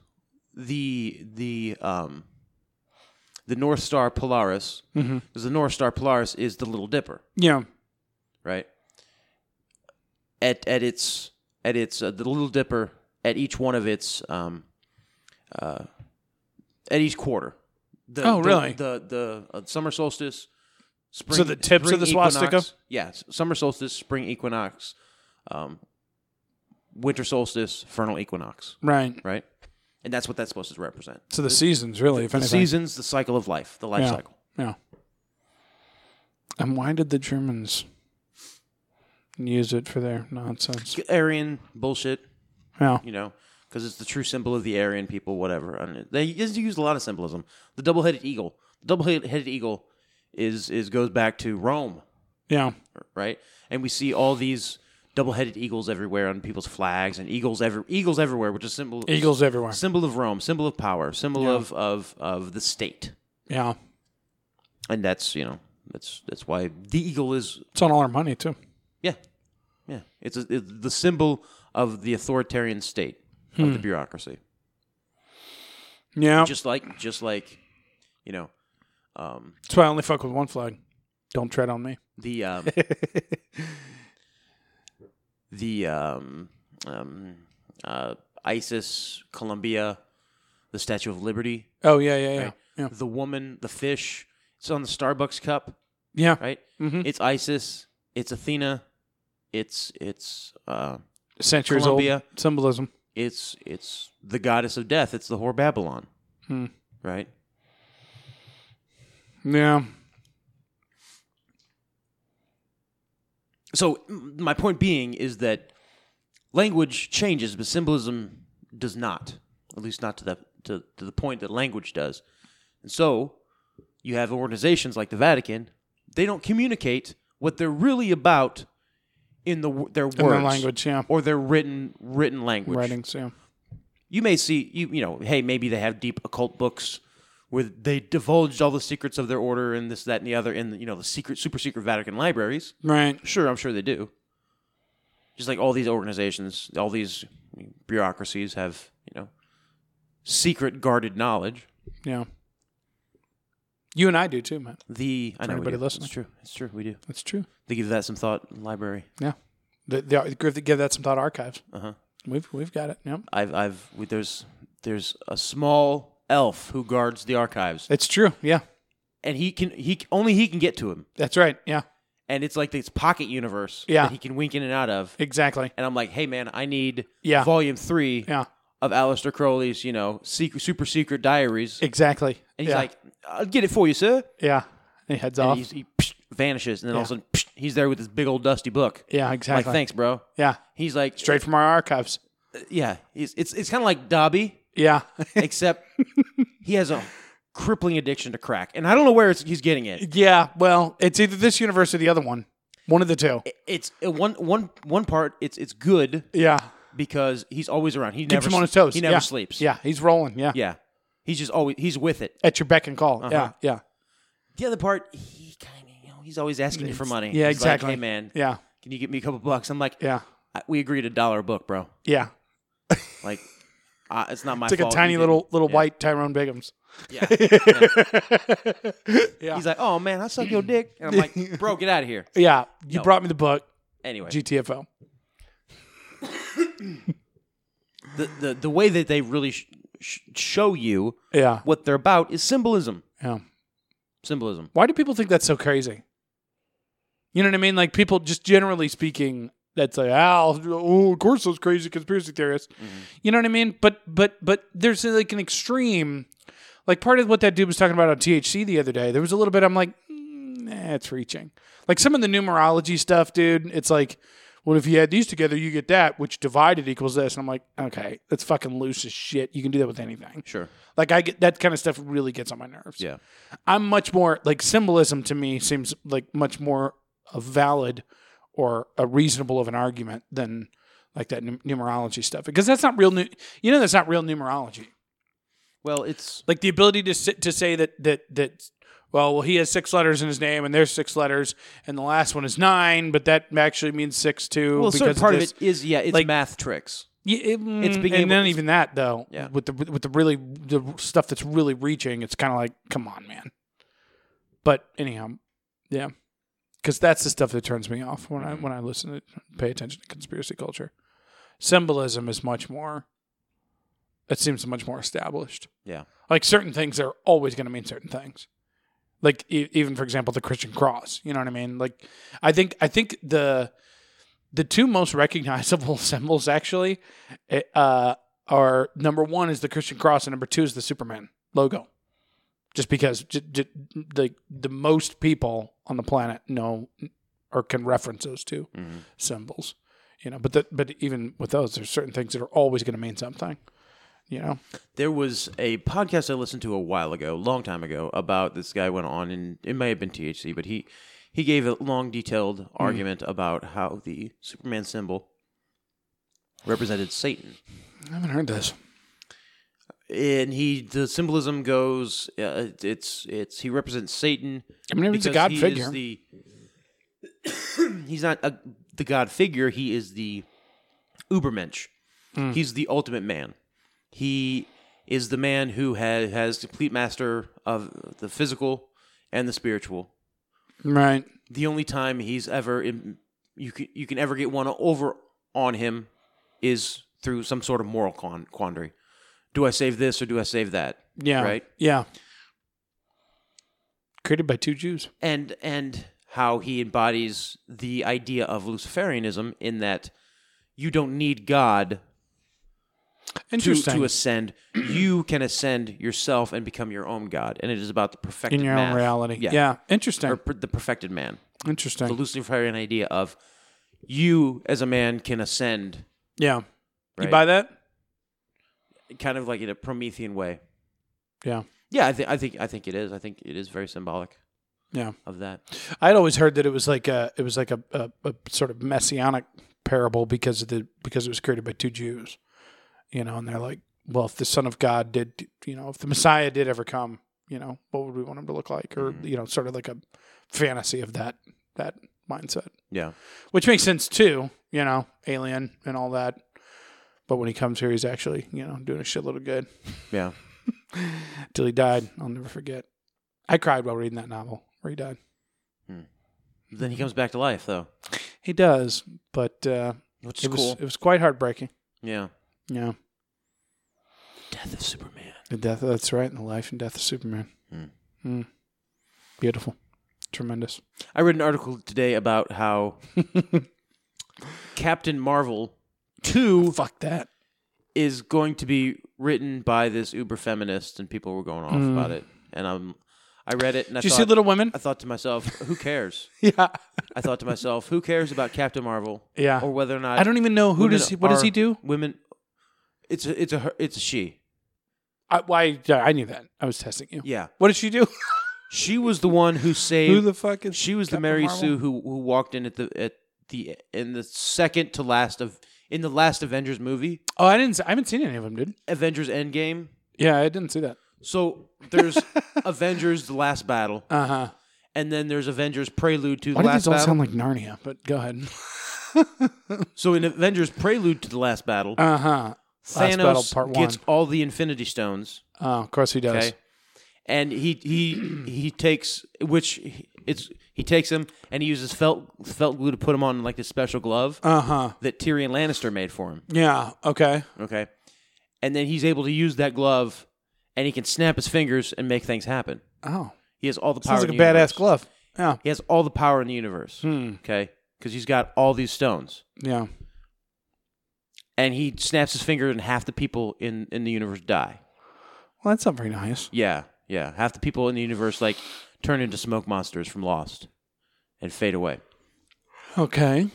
S1: the the um the North Star Polaris. Because the North Star Polaris is the Little Dipper,
S2: Yeah.
S1: right? At at its at its uh, the Little Dipper at each one of its um uh at each quarter. The,
S2: Oh,
S1: the-
S2: really?
S1: The the, uh, summer solstice, spring.
S2: So the tips
S1: spring
S2: of the swastika?
S1: equinox- Yeah, s- summer solstice, spring equinox, um, winter solstice, vernal equinox
S2: Right.
S1: right? And that's what that's supposed to represent.
S2: So the seasons, really, if
S1: The
S2: anything.
S1: seasons, the cycle of life, the life
S2: yeah.
S1: cycle.
S2: Yeah. And why did the Germans use it for their nonsense?
S1: Aryan bullshit,
S2: Yeah.
S1: you know, because it's the true symbol of the Aryan people, whatever. And they just use a lot of symbolism. The double-headed eagle. The double-headed eagle is is goes back to Rome,
S2: Yeah.
S1: right? And we see all these double-headed eagles everywhere on people's flags and eagles ever eagles everywhere, which is symbol
S2: Eagles everywhere.
S1: symbol of Rome, symbol of power, symbol of, of of the state,
S2: Yeah.
S1: and that's you know that's that's why the eagle is
S2: It's on all our money too.
S1: yeah yeah it's, a, it's the symbol of the authoritarian state
S2: Hmm.
S1: of the bureaucracy.
S2: Yeah.
S1: just like just like you know um
S2: That's why I only fuck with one flag. Don't tread on me.
S1: the um the um um uh isis columbia the statue of liberty
S2: Oh yeah, yeah, yeah.
S1: right?
S2: Yeah.
S1: the woman the fish it's on the starbucks cup
S2: Yeah.
S1: right
S2: Mhm.
S1: it's isis it's athena it's it's uh
S2: Centuries
S1: Colombia.
S2: old symbolism.
S1: it's it's the goddess of death it's the whore babylon
S2: Hmm.
S1: right
S2: Yeah.
S1: So m- my point being is that language changes, but symbolism does not. At least not to the to, to the point that language does. And so you have organizations like the Vatican. They don't communicate what they're really about in the w- their words,
S2: their language, yeah.
S1: or their written written language.
S2: Writings, yeah.
S1: You may see you you know, hey, maybe they have deep occult books where they divulged all the secrets of their order and this, that, and the other in you know the secret, super secret Vatican libraries.
S2: Right.
S1: Sure, I'm sure they do. Just like all these organizations, all these bureaucracies have, you know, secret guarded knowledge.
S2: Yeah. You and I do too, man.
S1: The I know we
S2: anybody
S1: do.
S2: listening.
S1: It's true. It's true. We do.
S2: That's true.
S1: They give that some thought. Library.
S2: Yeah. The, the, give- give that some thought archives.
S1: Uh-huh.
S2: We've we've got it. Yep.
S1: I've I've we- there's there's a small elf who guards the archives,
S2: It's true. Yeah.
S1: and he can he c- only he can get to him,
S2: That's right. Yeah.
S1: and it's like this pocket universe
S2: Yeah.
S1: that he can wink in and out of.
S2: Exactly.
S1: And I'm like, hey man, I need
S2: Yeah.
S1: volume three
S2: Yeah.
S1: of Aleister Crowley's, you know, secret, super secret diaries.
S2: Exactly.
S1: And he's
S2: yeah.
S1: like, I'll get it for you, sir.
S2: yeah. And he heads
S1: And
S2: off.
S1: he's, he psh, vanishes. And then all of a sudden, psh, he's there with this big old dusty book.
S2: Yeah, exactly.
S1: Like, thanks, bro.
S2: Yeah.
S1: He's like,
S2: Straight from our archives.
S1: yeah. He's, it's it's kind of like Dobby,
S2: Yeah.
S1: except he has a crippling addiction to crack. And I don't know where it's, he's getting it.
S2: yeah. Well, it's either this universe or the other one. One of the two.
S1: It's uh, one, one, one part, it's, it's good
S2: yeah.
S1: because he's always around. He
S2: Keeps
S1: never
S2: him on
S1: s-
S2: his toes.
S1: He never
S2: Yeah.
S1: sleeps.
S2: Yeah. He's rolling. Yeah.
S1: Yeah. He's just always, he's with it.
S2: At your beck and call. Yeah.
S1: Uh-huh.
S2: Yeah.
S1: The other part, he kind of, you know, he's always asking you for money.
S2: Yeah.
S1: He's like,
S2: exactly.
S1: hey, man,
S2: Yeah.
S1: can you get me a couple bucks? I'm like,
S2: Yeah.
S1: I- we agreed a dollar a book, bro.
S2: Yeah.
S1: Like, uh, it's not my
S2: It's like a
S1: fault.
S2: tiny
S1: You
S2: little little
S1: Yeah.
S2: white Tyrone Biggums.
S1: didn't- Yeah. He's like, oh man, I suck your dick, and I'm like, bro, get out of here.
S2: Yeah. You
S1: No.
S2: brought me the book.
S1: Anyway,
S2: GTFO.
S1: the, the the way that they really sh- sh- show you
S2: Yeah.
S1: what they're about is symbolism.
S2: Yeah.
S1: Symbolism.
S2: Why do people think that's so crazy? You know what I mean? Like people just generally speaking, that's like, oh, oh of course those crazy conspiracy theorists.
S1: Mm-hmm.
S2: You know what I mean? But but but there's like an extreme. Like part of what that dude was talking about on THC the other day, there was a little bit. I'm like, mm, nah, it's reaching. Like some of the numerology stuff, dude. It's like, well, if you add these together, you get that, which divided equals this. And I'm like, okay, that's fucking loose as shit. You can do that with anything.
S1: Sure.
S2: Like I get that kind of stuff really gets on my nerves.
S1: Yeah.
S2: I'm much more like symbolism to me seems like much more a valid or a reasonable of an argument than like that num- numerology stuff because that's not real. Nu- you know, that's not real numerology.
S1: Well, it's
S2: Like the ability to sit, to say that that that well, well, he has six letters in his name and there's six letters and the last one is nine, but that actually means six too.
S1: well, a certain
S2: because
S1: part
S2: this.
S1: of it is yeah, it's
S2: Like-
S1: math tricks.
S2: Yeah, it-
S1: It's
S2: mm,
S1: being
S2: and
S1: able-
S2: then
S1: it's-
S2: even that though,
S1: Yeah.
S2: with the with the really the stuff that's really reaching, it's kind of like, come on, man. But anyhow, yeah, because that's the stuff that turns me off when
S1: Mm-hmm.
S2: I when I listen to pay attention to conspiracy culture. Symbolism is much more. It seems much more established.
S1: Yeah.
S2: Like certain things are always going to mean certain things. Like e- even for example, the Christian cross. You know what I mean? Like I think I think the the two most recognizable symbols actually eh, uh, are number one is the Christian cross and number two is the Superman logo. Just because j- j- the the most people on the planet know or can reference those 2
S1: Mm-hmm.
S2: symbols, you know. But the, but even with those, there's certain things that are always going to mean something, you know.
S1: There was a podcast I listened to a while ago, long time ago, about this guy went on and it may have been THC, but he he gave a long, detailed
S2: Hmm.
S1: argument about how the Superman symbol represented Satan,
S2: I haven't heard this.
S1: and he the symbolism goes uh, it's it's he represents Satan.
S2: I mean, it's a
S1: because
S2: god
S1: he is
S2: figure.
S1: the- he's not a, the god figure. He is the Ubermensch.
S2: Hmm.
S1: He's the ultimate man. He is the man who has has complete master of the physical and the spiritual.
S2: Right.
S1: The only time he's ever in, you can you can ever get one over on him is through some sort of moral con- quandary. Do I save this or do I save that?
S2: Yeah.
S1: Right.
S2: Yeah. Created by two Jews.
S1: and and how he embodies the idea of Luciferianism in that you don't need God to,
S2: Interesting.
S1: to ascend. You can ascend yourself and become your own God, and it is about the perfected
S2: in your own
S1: man.
S2: reality. Yeah.
S1: Yeah,
S2: Interesting.
S1: or per- the perfected man,
S2: Interesting.
S1: the Luciferian idea of you as a man can ascend,
S2: yeah. You
S1: Right.
S2: buy that?
S1: kind of like in a Promethean way.
S2: Yeah.
S1: Yeah, I think I think I think it is. I think it is very symbolic
S2: Yeah.
S1: of that.
S2: I'd always heard that it was like a it was like a, a, a sort of messianic parable because of the because it was created by two Jews. You know, and they're like, well, if the Son of God did, you know, if the Messiah did ever come, you know, what would we want him to look like? Or you know, sort of like a fantasy of that that mindset,
S1: Yeah,
S2: which makes sense too. You know, alien and all that. But when he comes here, he's actually you know doing a shitload of good
S1: yeah.
S2: till he died. I'll never forget. I cried while reading that novel where he died.
S1: Then he comes back to life, though,
S2: He does, but uh,
S1: which is
S2: it was
S1: cool.
S2: it was quite heartbreaking.
S1: Yeah,
S2: Yeah,
S1: death of Superman.
S2: the death. That's right, and the life and death of Superman.
S1: Hmm.
S2: Mm. Beautiful, tremendous.
S1: I read an article today about how Captain Marvel
S2: Two. Fuck that.
S1: is going to be written by this uber feminist, and people were going off about it. And I'm, I read it, and I
S2: Mm. Did you
S1: thought,
S2: see Little Women?
S1: I thought to myself, who cares?
S2: yeah.
S1: I thought to myself, who cares about Captain Marvel?
S2: Yeah.
S1: Or whether or not
S2: I don't even know who
S1: women
S2: does. He, what does
S1: are-
S2: he do?
S1: Women. It's a it's a her- it's a she.
S2: I, why? yeah, I knew that. I was testing you.
S1: Yeah.
S2: What did she do?
S1: She was the one who saved.
S2: Who the fuck is
S1: She was
S2: Captain
S1: the Mary
S2: Marvel?
S1: Sue who who walked in at the at the in the second to last of in the last Avengers movie,
S2: Oh, I didn't. s- I haven't seen any of them, dude.
S1: Avengers Endgame.
S2: Yeah, I didn't see that.
S1: So there's Avengers: The Last Battle,
S2: Uh huh.
S1: and then there's Avengers: Prelude to the
S2: Why do
S1: Last
S2: these all
S1: Battle.
S2: sound like Narnia? But go ahead.
S1: so in Avengers: Prelude to the Last Battle,
S2: Uh huh.
S1: Thanos
S2: Battle, part
S1: gets
S2: one.
S1: all the Infinity Stones,
S2: Oh, of course he does.
S1: okay, and he he he takes which he- it's he takes him and he uses felt felt glue to put him on like this special glove
S2: Uh huh.
S1: that Tyrion Lannister made for him.
S2: Yeah. Okay.
S1: Okay. And then he's able to use that glove and he can snap his fingers and make things happen.
S2: Oh,
S1: He has all the power
S2: sounds like a
S1: in the universe.
S2: badass glove. Hmm. Yeah.
S1: He has all the power in the universe. Okay. Because he's got all these stones.
S2: Yeah.
S1: And he snaps his finger and half the people in, in the universe die.
S2: Well, that's not very nice.
S1: Yeah. Yeah. Half the people in the universe like turn into smoke monsters from Lost and fade away.
S2: Okay.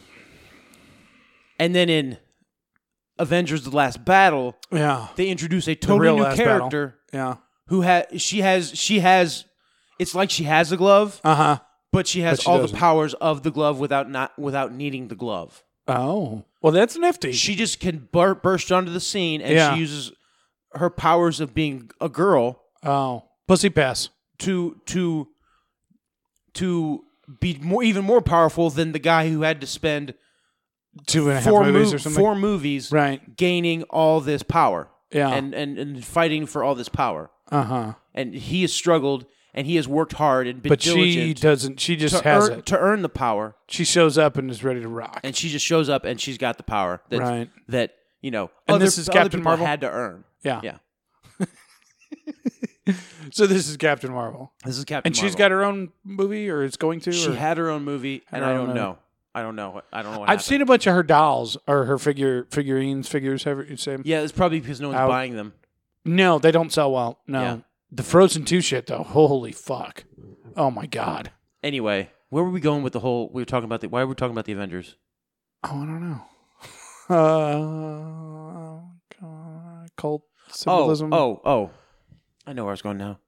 S1: And then in Avengers The Last Battle,
S2: Yeah.
S1: they introduce a totally
S2: real
S1: new
S2: last battle.
S1: character
S2: Yeah.
S1: who has she has she has it's like she has a glove
S2: Uh huh.
S1: but she has
S2: But she
S1: all
S2: doesn't.
S1: the powers of the glove without not without needing the glove.
S2: Oh. Well, that's nifty.
S1: She just can bur- burst onto the scene and
S2: Yeah.
S1: she uses her powers of being a girl
S2: oh. Pussy pass.
S1: to to to be more even more powerful than the guy who had to spend
S2: Two and a half
S1: four
S2: movies
S1: mov-
S2: or something.
S1: four movies
S2: Right. Ah.
S1: gaining all this power
S2: Yeah.
S1: and, and and fighting for all this power
S2: Uh huh.
S1: and he has struggled and he has worked hard and been
S2: But she
S1: diligent
S2: doesn't. She just
S1: to
S2: has
S1: earn,
S2: it.
S1: to earn the power
S2: She shows up and is ready to rock.
S1: and she just shows up and she's got the power that
S2: Right.
S1: that you know
S2: And
S1: other,
S2: this is
S1: other
S2: Captain
S1: people
S2: Marvel?
S1: had to earn.
S2: yeah.
S1: Yeah,
S2: So this is Captain Marvel,
S1: this is Captain.
S2: and she's got her own movie, or it's going to.
S1: she
S2: or-
S1: had her own movie, and
S2: her
S1: I
S2: own
S1: don't
S2: movie.
S1: know. I don't know. what- I don't know. What
S2: I've
S1: happened.
S2: seen a bunch of her dolls or her figure figurines, figures. However you say 'em.
S1: Yeah, it's probably because no one's
S2: Out.
S1: buying them.
S2: No, they don't sell well. No.
S1: Yeah.
S2: The Frozen 2 shit, though. Holy fuck. Oh, my God.
S1: Anyway, where were we going with the whole? We were talking about the. Why were we talking about the Avengers?
S2: Oh, I don't know. Uh, uh, cult symbolism.
S1: Oh, oh, oh! I know where I was going now.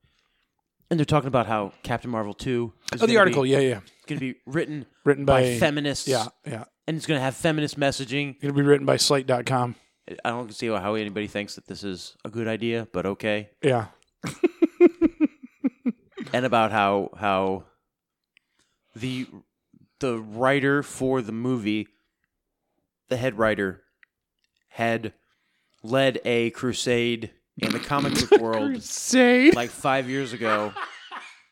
S1: And they're talking about how Captain Marvel two. Is
S2: Oh,
S1: gonna
S2: the
S1: be-
S2: article. Yeah, yeah.
S1: going to be written
S2: Written by-
S1: feminists.
S2: Yeah, yeah.
S1: and it's going to have feminist messaging.
S2: It'll be written by Slate.com.
S1: I don't see how anybody thinks that this is a good idea, but okay.
S2: Yeah.
S1: and about how how the the writer for the movie, the head writer, had led a crusade in the comic book world
S2: Say.
S1: like five years ago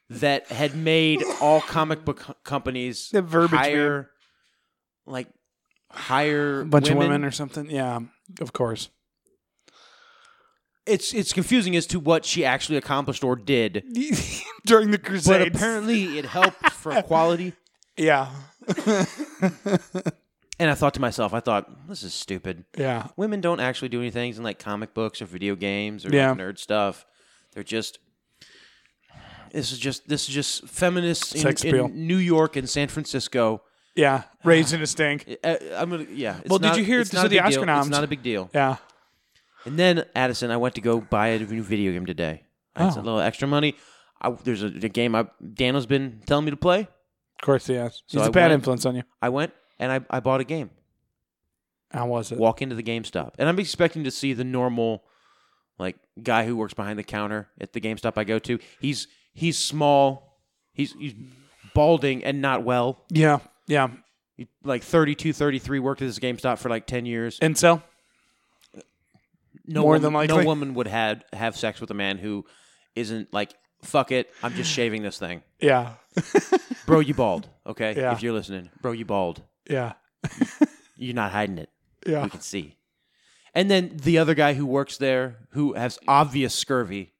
S1: that had made all comic book co- companies
S2: The verbiage,
S1: hire like hire
S2: A bunch of women or something. Yeah, of course.
S1: it's it's confusing as to what she actually accomplished or did.
S2: During the
S1: But
S2: Crusades.
S1: apparently it helped for equality.
S2: yeah.
S1: And I thought to myself, I thought, this is stupid.
S2: Yeah.
S1: Women don't actually do any things in like comic books or video games or like,
S2: Yeah.
S1: nerd stuff. They're just this is just this is just feminists in,
S2: Sex appeal.
S1: in New York and San Francisco.
S2: Yeah. Raised in a stink.
S1: Uh, I'm gonna yeah. it's
S2: Well, did
S1: not-
S2: you hear-
S1: it's
S2: so
S1: not a
S2: the
S1: big deal.
S2: Astronoms-
S1: It's not a big deal.
S2: Yeah.
S1: And then Addison, I went to go buy a new video game today. I had
S2: Oh.
S1: a little extra money. I, there's a, a game I Dano's been telling me to play.
S2: Of course, yes.
S1: So
S2: He's
S1: I
S2: a bad
S1: went-
S2: influence on you.
S1: I went and I, I bought a game.
S2: How was it?
S1: Walk into the GameStop, and I'm expecting to see the normal, like guy who works behind the counter at the GameStop I go to. He's he's small, he's he's balding and not well.
S2: yeah. Yeah.
S1: He, like 32, 33, worked at this GameStop for like ten years.
S2: And so?
S1: No
S2: more
S1: woman,
S2: than
S1: no
S2: likely.
S1: woman would had have sex with a man who isn't like fuck it. I'm just shaving this thing,
S2: Yeah.
S1: bro. You bald, okay?
S2: Yeah.
S1: If you're listening, bro, you bald.
S2: Yeah.
S1: You're not hiding it.
S2: Yeah.
S1: we can see. And then the other guy who works there, who has obvious scurvy,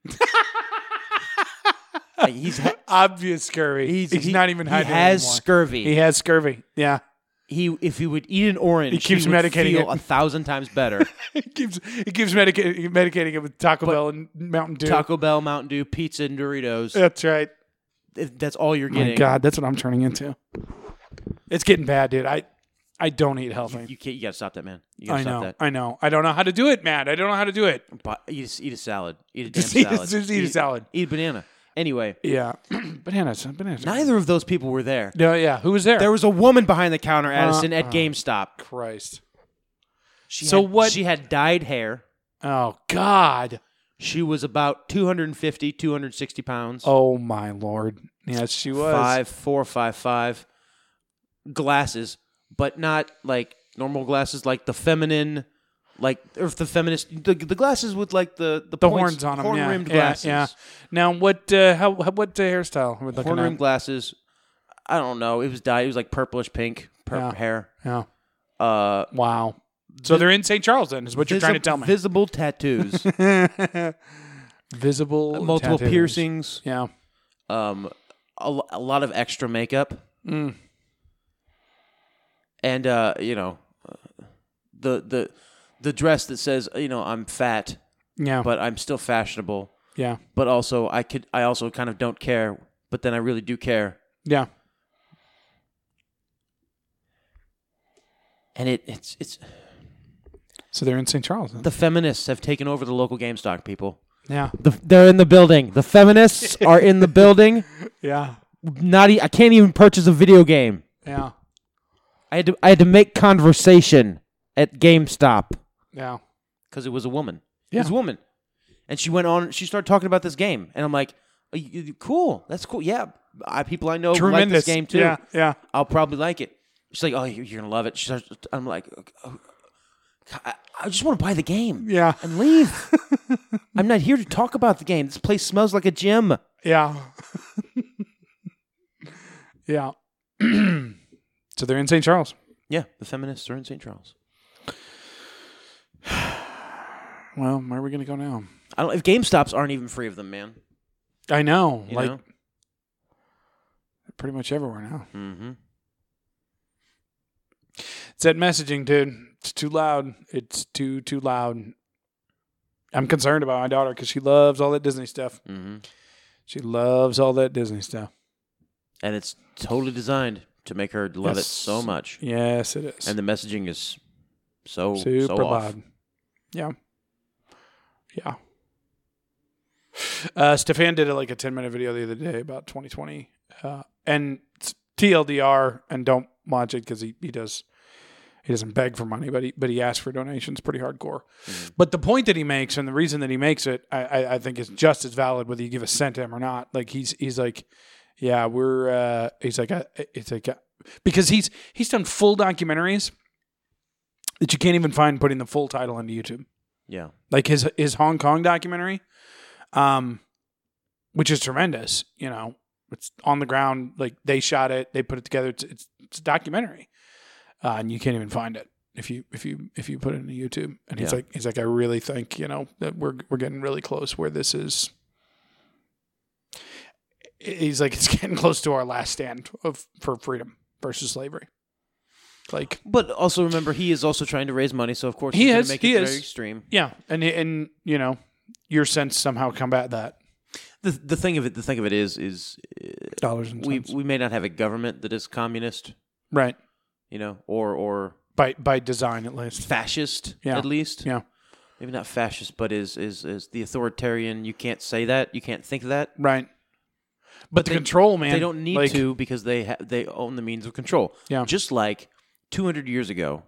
S1: Like, he's ha-
S2: Obvious scurvy.
S1: he's,
S2: He's,
S1: he-
S2: not even hiding
S1: He has
S2: anymore.
S1: scurvy.
S2: He has scurvy. Yeah.
S1: he if he would eat an orange,
S2: He keeps
S1: would
S2: medicating
S1: feel
S2: it.
S1: a thousand times better.
S2: he keeps he keeps medica- medicating it with Taco Bell and Mountain Dew.
S1: Taco Bell, Mountain Dew, pizza, and Doritos.
S2: That's right.
S1: If That's all you're
S2: Oh My
S1: getting.
S2: God, that's what I'm turning into. It's getting bad, dude. I I don't eat healthy.
S1: You can't. You gotta stop that, man. You gotta
S2: I
S1: stop
S2: know.
S1: that.
S2: I know. I don't know how to do it, Matt. I don't know how to do it.
S1: But eat, a, s- eat a salad. Eat a damn
S2: Just eat a-
S1: salad.
S2: just eat a salad.
S1: Eat a banana. Anyway,
S2: Yeah, bananas. Bananas.
S1: neither of those people were there.
S2: No, yeah. Who was there? Uh-huh.
S1: There was a woman behind the counter, Addison, at GameStop.
S2: Christ.
S1: She
S2: So
S1: had-
S2: what-
S1: She had dyed hair.
S2: Oh God.
S1: She was about 250, 260 pounds.
S2: Oh my Lord. Yes, she was.
S1: five, four, five, five. Glasses, but not like normal glasses, like the feminine, like or if the feminist, the, the glasses with like the the,
S2: The horns
S1: points-
S2: on them.
S1: horn
S2: yeah.
S1: rimmed
S2: yeah,
S1: glasses,
S2: Yeah. Now what? Uh, how? how- What uh, hairstyle? We're looking
S1: horn rimmed
S2: at.
S1: glasses. I don't know. It was dyed. It was like purplish pink, purple
S2: Yeah.
S1: hair.
S2: Yeah.
S1: Uh,
S2: Wow. So they're in St. Charles, then, is what you're trying to
S1: visi-
S2: tell me.
S1: Visible tattoos,
S2: Visible,
S1: multiple
S2: tattoos.
S1: piercings.
S2: Yeah.
S1: um, a, lo- a lot of extra makeup,
S2: Mm.
S1: and uh, you know, uh, the the the dress that says you know I'm fat,
S2: Yeah.
S1: but I'm still fashionable,
S2: yeah.
S1: but also I could I also kind of don't care, but then I really do care,
S2: Yeah.
S1: and it it's it's
S2: So they're in St. Charles. Then.
S1: the feminists have taken over the local GameStop people.
S2: yeah.
S1: The, they're in the building. The feminists are in the building.
S2: Yeah.
S1: Not e, I I can't even purchase a video game.
S2: Yeah.
S1: I had to I had to make conversation at GameStop.
S2: Yeah.
S1: because it was a woman. It
S2: Yeah.
S1: was a woman, and she went on. She started talking about this game, and I'm like, "Are you- you- "Cool, that's cool. Yeah, I, people I know Oh, like this
S2: Tremendous
S1: game too.
S2: Yeah. Yeah.
S1: I'll probably like it." She's like, "Oh, you- you're gonna love it." She starts, I'm like, "Oh, God, I, "I just want to buy the game
S2: Yeah.
S1: and leave. I'm not here to talk about the game. This place smells like a gym."
S2: Yeah. yeah. so they're in St. Charles.
S1: Yeah, the feminists are in St. Charles.
S2: Well, where are we going to go now?
S1: I don't. If GameStops aren't even free of them, man.
S2: I know.
S1: You
S2: like,
S1: know?
S2: pretty much everywhere now.
S1: Mm-hmm.
S2: It's that messaging, dude. It's too loud. It's too, too loud. I'm concerned about my daughter because she loves all that Disney stuff.
S1: Mm-hmm.
S2: She loves all that Disney stuff.
S1: And it's totally designed to make her love it
S2: Yes.
S1: so much.
S2: Yes, it is.
S1: and the messaging is so
S2: super
S1: so off.
S2: loud. Yeah. Yeah. Uh, Stefan did a, like a 10 minute video the other day about 2020. Uh, and s- TLDR and don't watch it because he, he does he doesn't beg for money, but he but he asks for donations pretty hardcore. But the point that he makes and the reason that he makes it, I, I, I think, is just as valid whether you give a cent to him or not. Like he's he's like, yeah, we're uh, he's like uh, it's like uh, because he's he's done full documentaries that you can't even find putting the full title into YouTube
S1: Yeah.
S2: like his his Hong Kong documentary, um, which is tremendous. You know, it's on the ground. Like they shot it, they put it together. It's it's, it's a documentary, uh, and you can't even find it if you if you if you put it into YouTube. And he's
S1: Yeah.
S2: like he's like I really think you know that we're we're getting really close where this is. He's like it's getting close to our last stand of for freedom versus slavery. Like
S1: But also remember, he is also trying to raise money, so of course
S2: He
S1: he's gonna
S2: is,
S1: Make
S2: he
S1: it
S2: is.
S1: very extreme.
S2: yeah, and and you know your sense somehow combat that
S1: The the thing of it, the thing of it is, is uh,
S2: dollars and
S1: we
S2: cents.
S1: we may not have a government that is communist,
S2: Right.
S1: you know, or or
S2: By by design at least.
S1: fascist
S2: Yeah.
S1: at least.
S2: Yeah.
S1: Maybe not fascist, but is is is the authoritarian. You can't say that. You can't think that.
S2: Right. But, the control, man.
S1: they don't need
S2: like-
S1: to because they ha- they own the means of control.
S2: Yeah.
S1: Just like 200 years ago,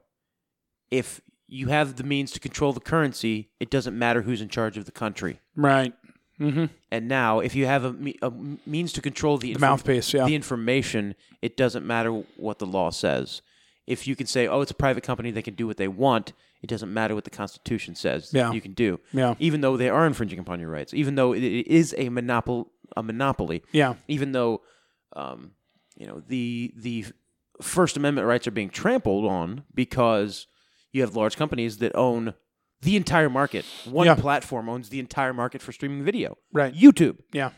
S1: if you have the means to control the currency, it doesn't matter who's in charge of the country.
S2: Right.
S1: And now, if you have a, me- a means to control the,
S2: The mouthpiece, yeah.
S1: the information, it doesn't matter what the law says. If you can say, "Oh, it's a private company; they can do what they want," it doesn't matter what the Constitution says.
S2: Yeah.
S1: you can do.
S2: Yeah.
S1: even though they are infringing upon your rights, even though it it is a monopol a monopoly.
S2: Yeah.
S1: even though, um, you know the the First Amendment rights are being trampled on because you have large companies that own the entire market. One
S2: Yeah.
S1: platform owns the entire market for streaming video.
S2: Right.
S1: YouTube.
S2: yeah.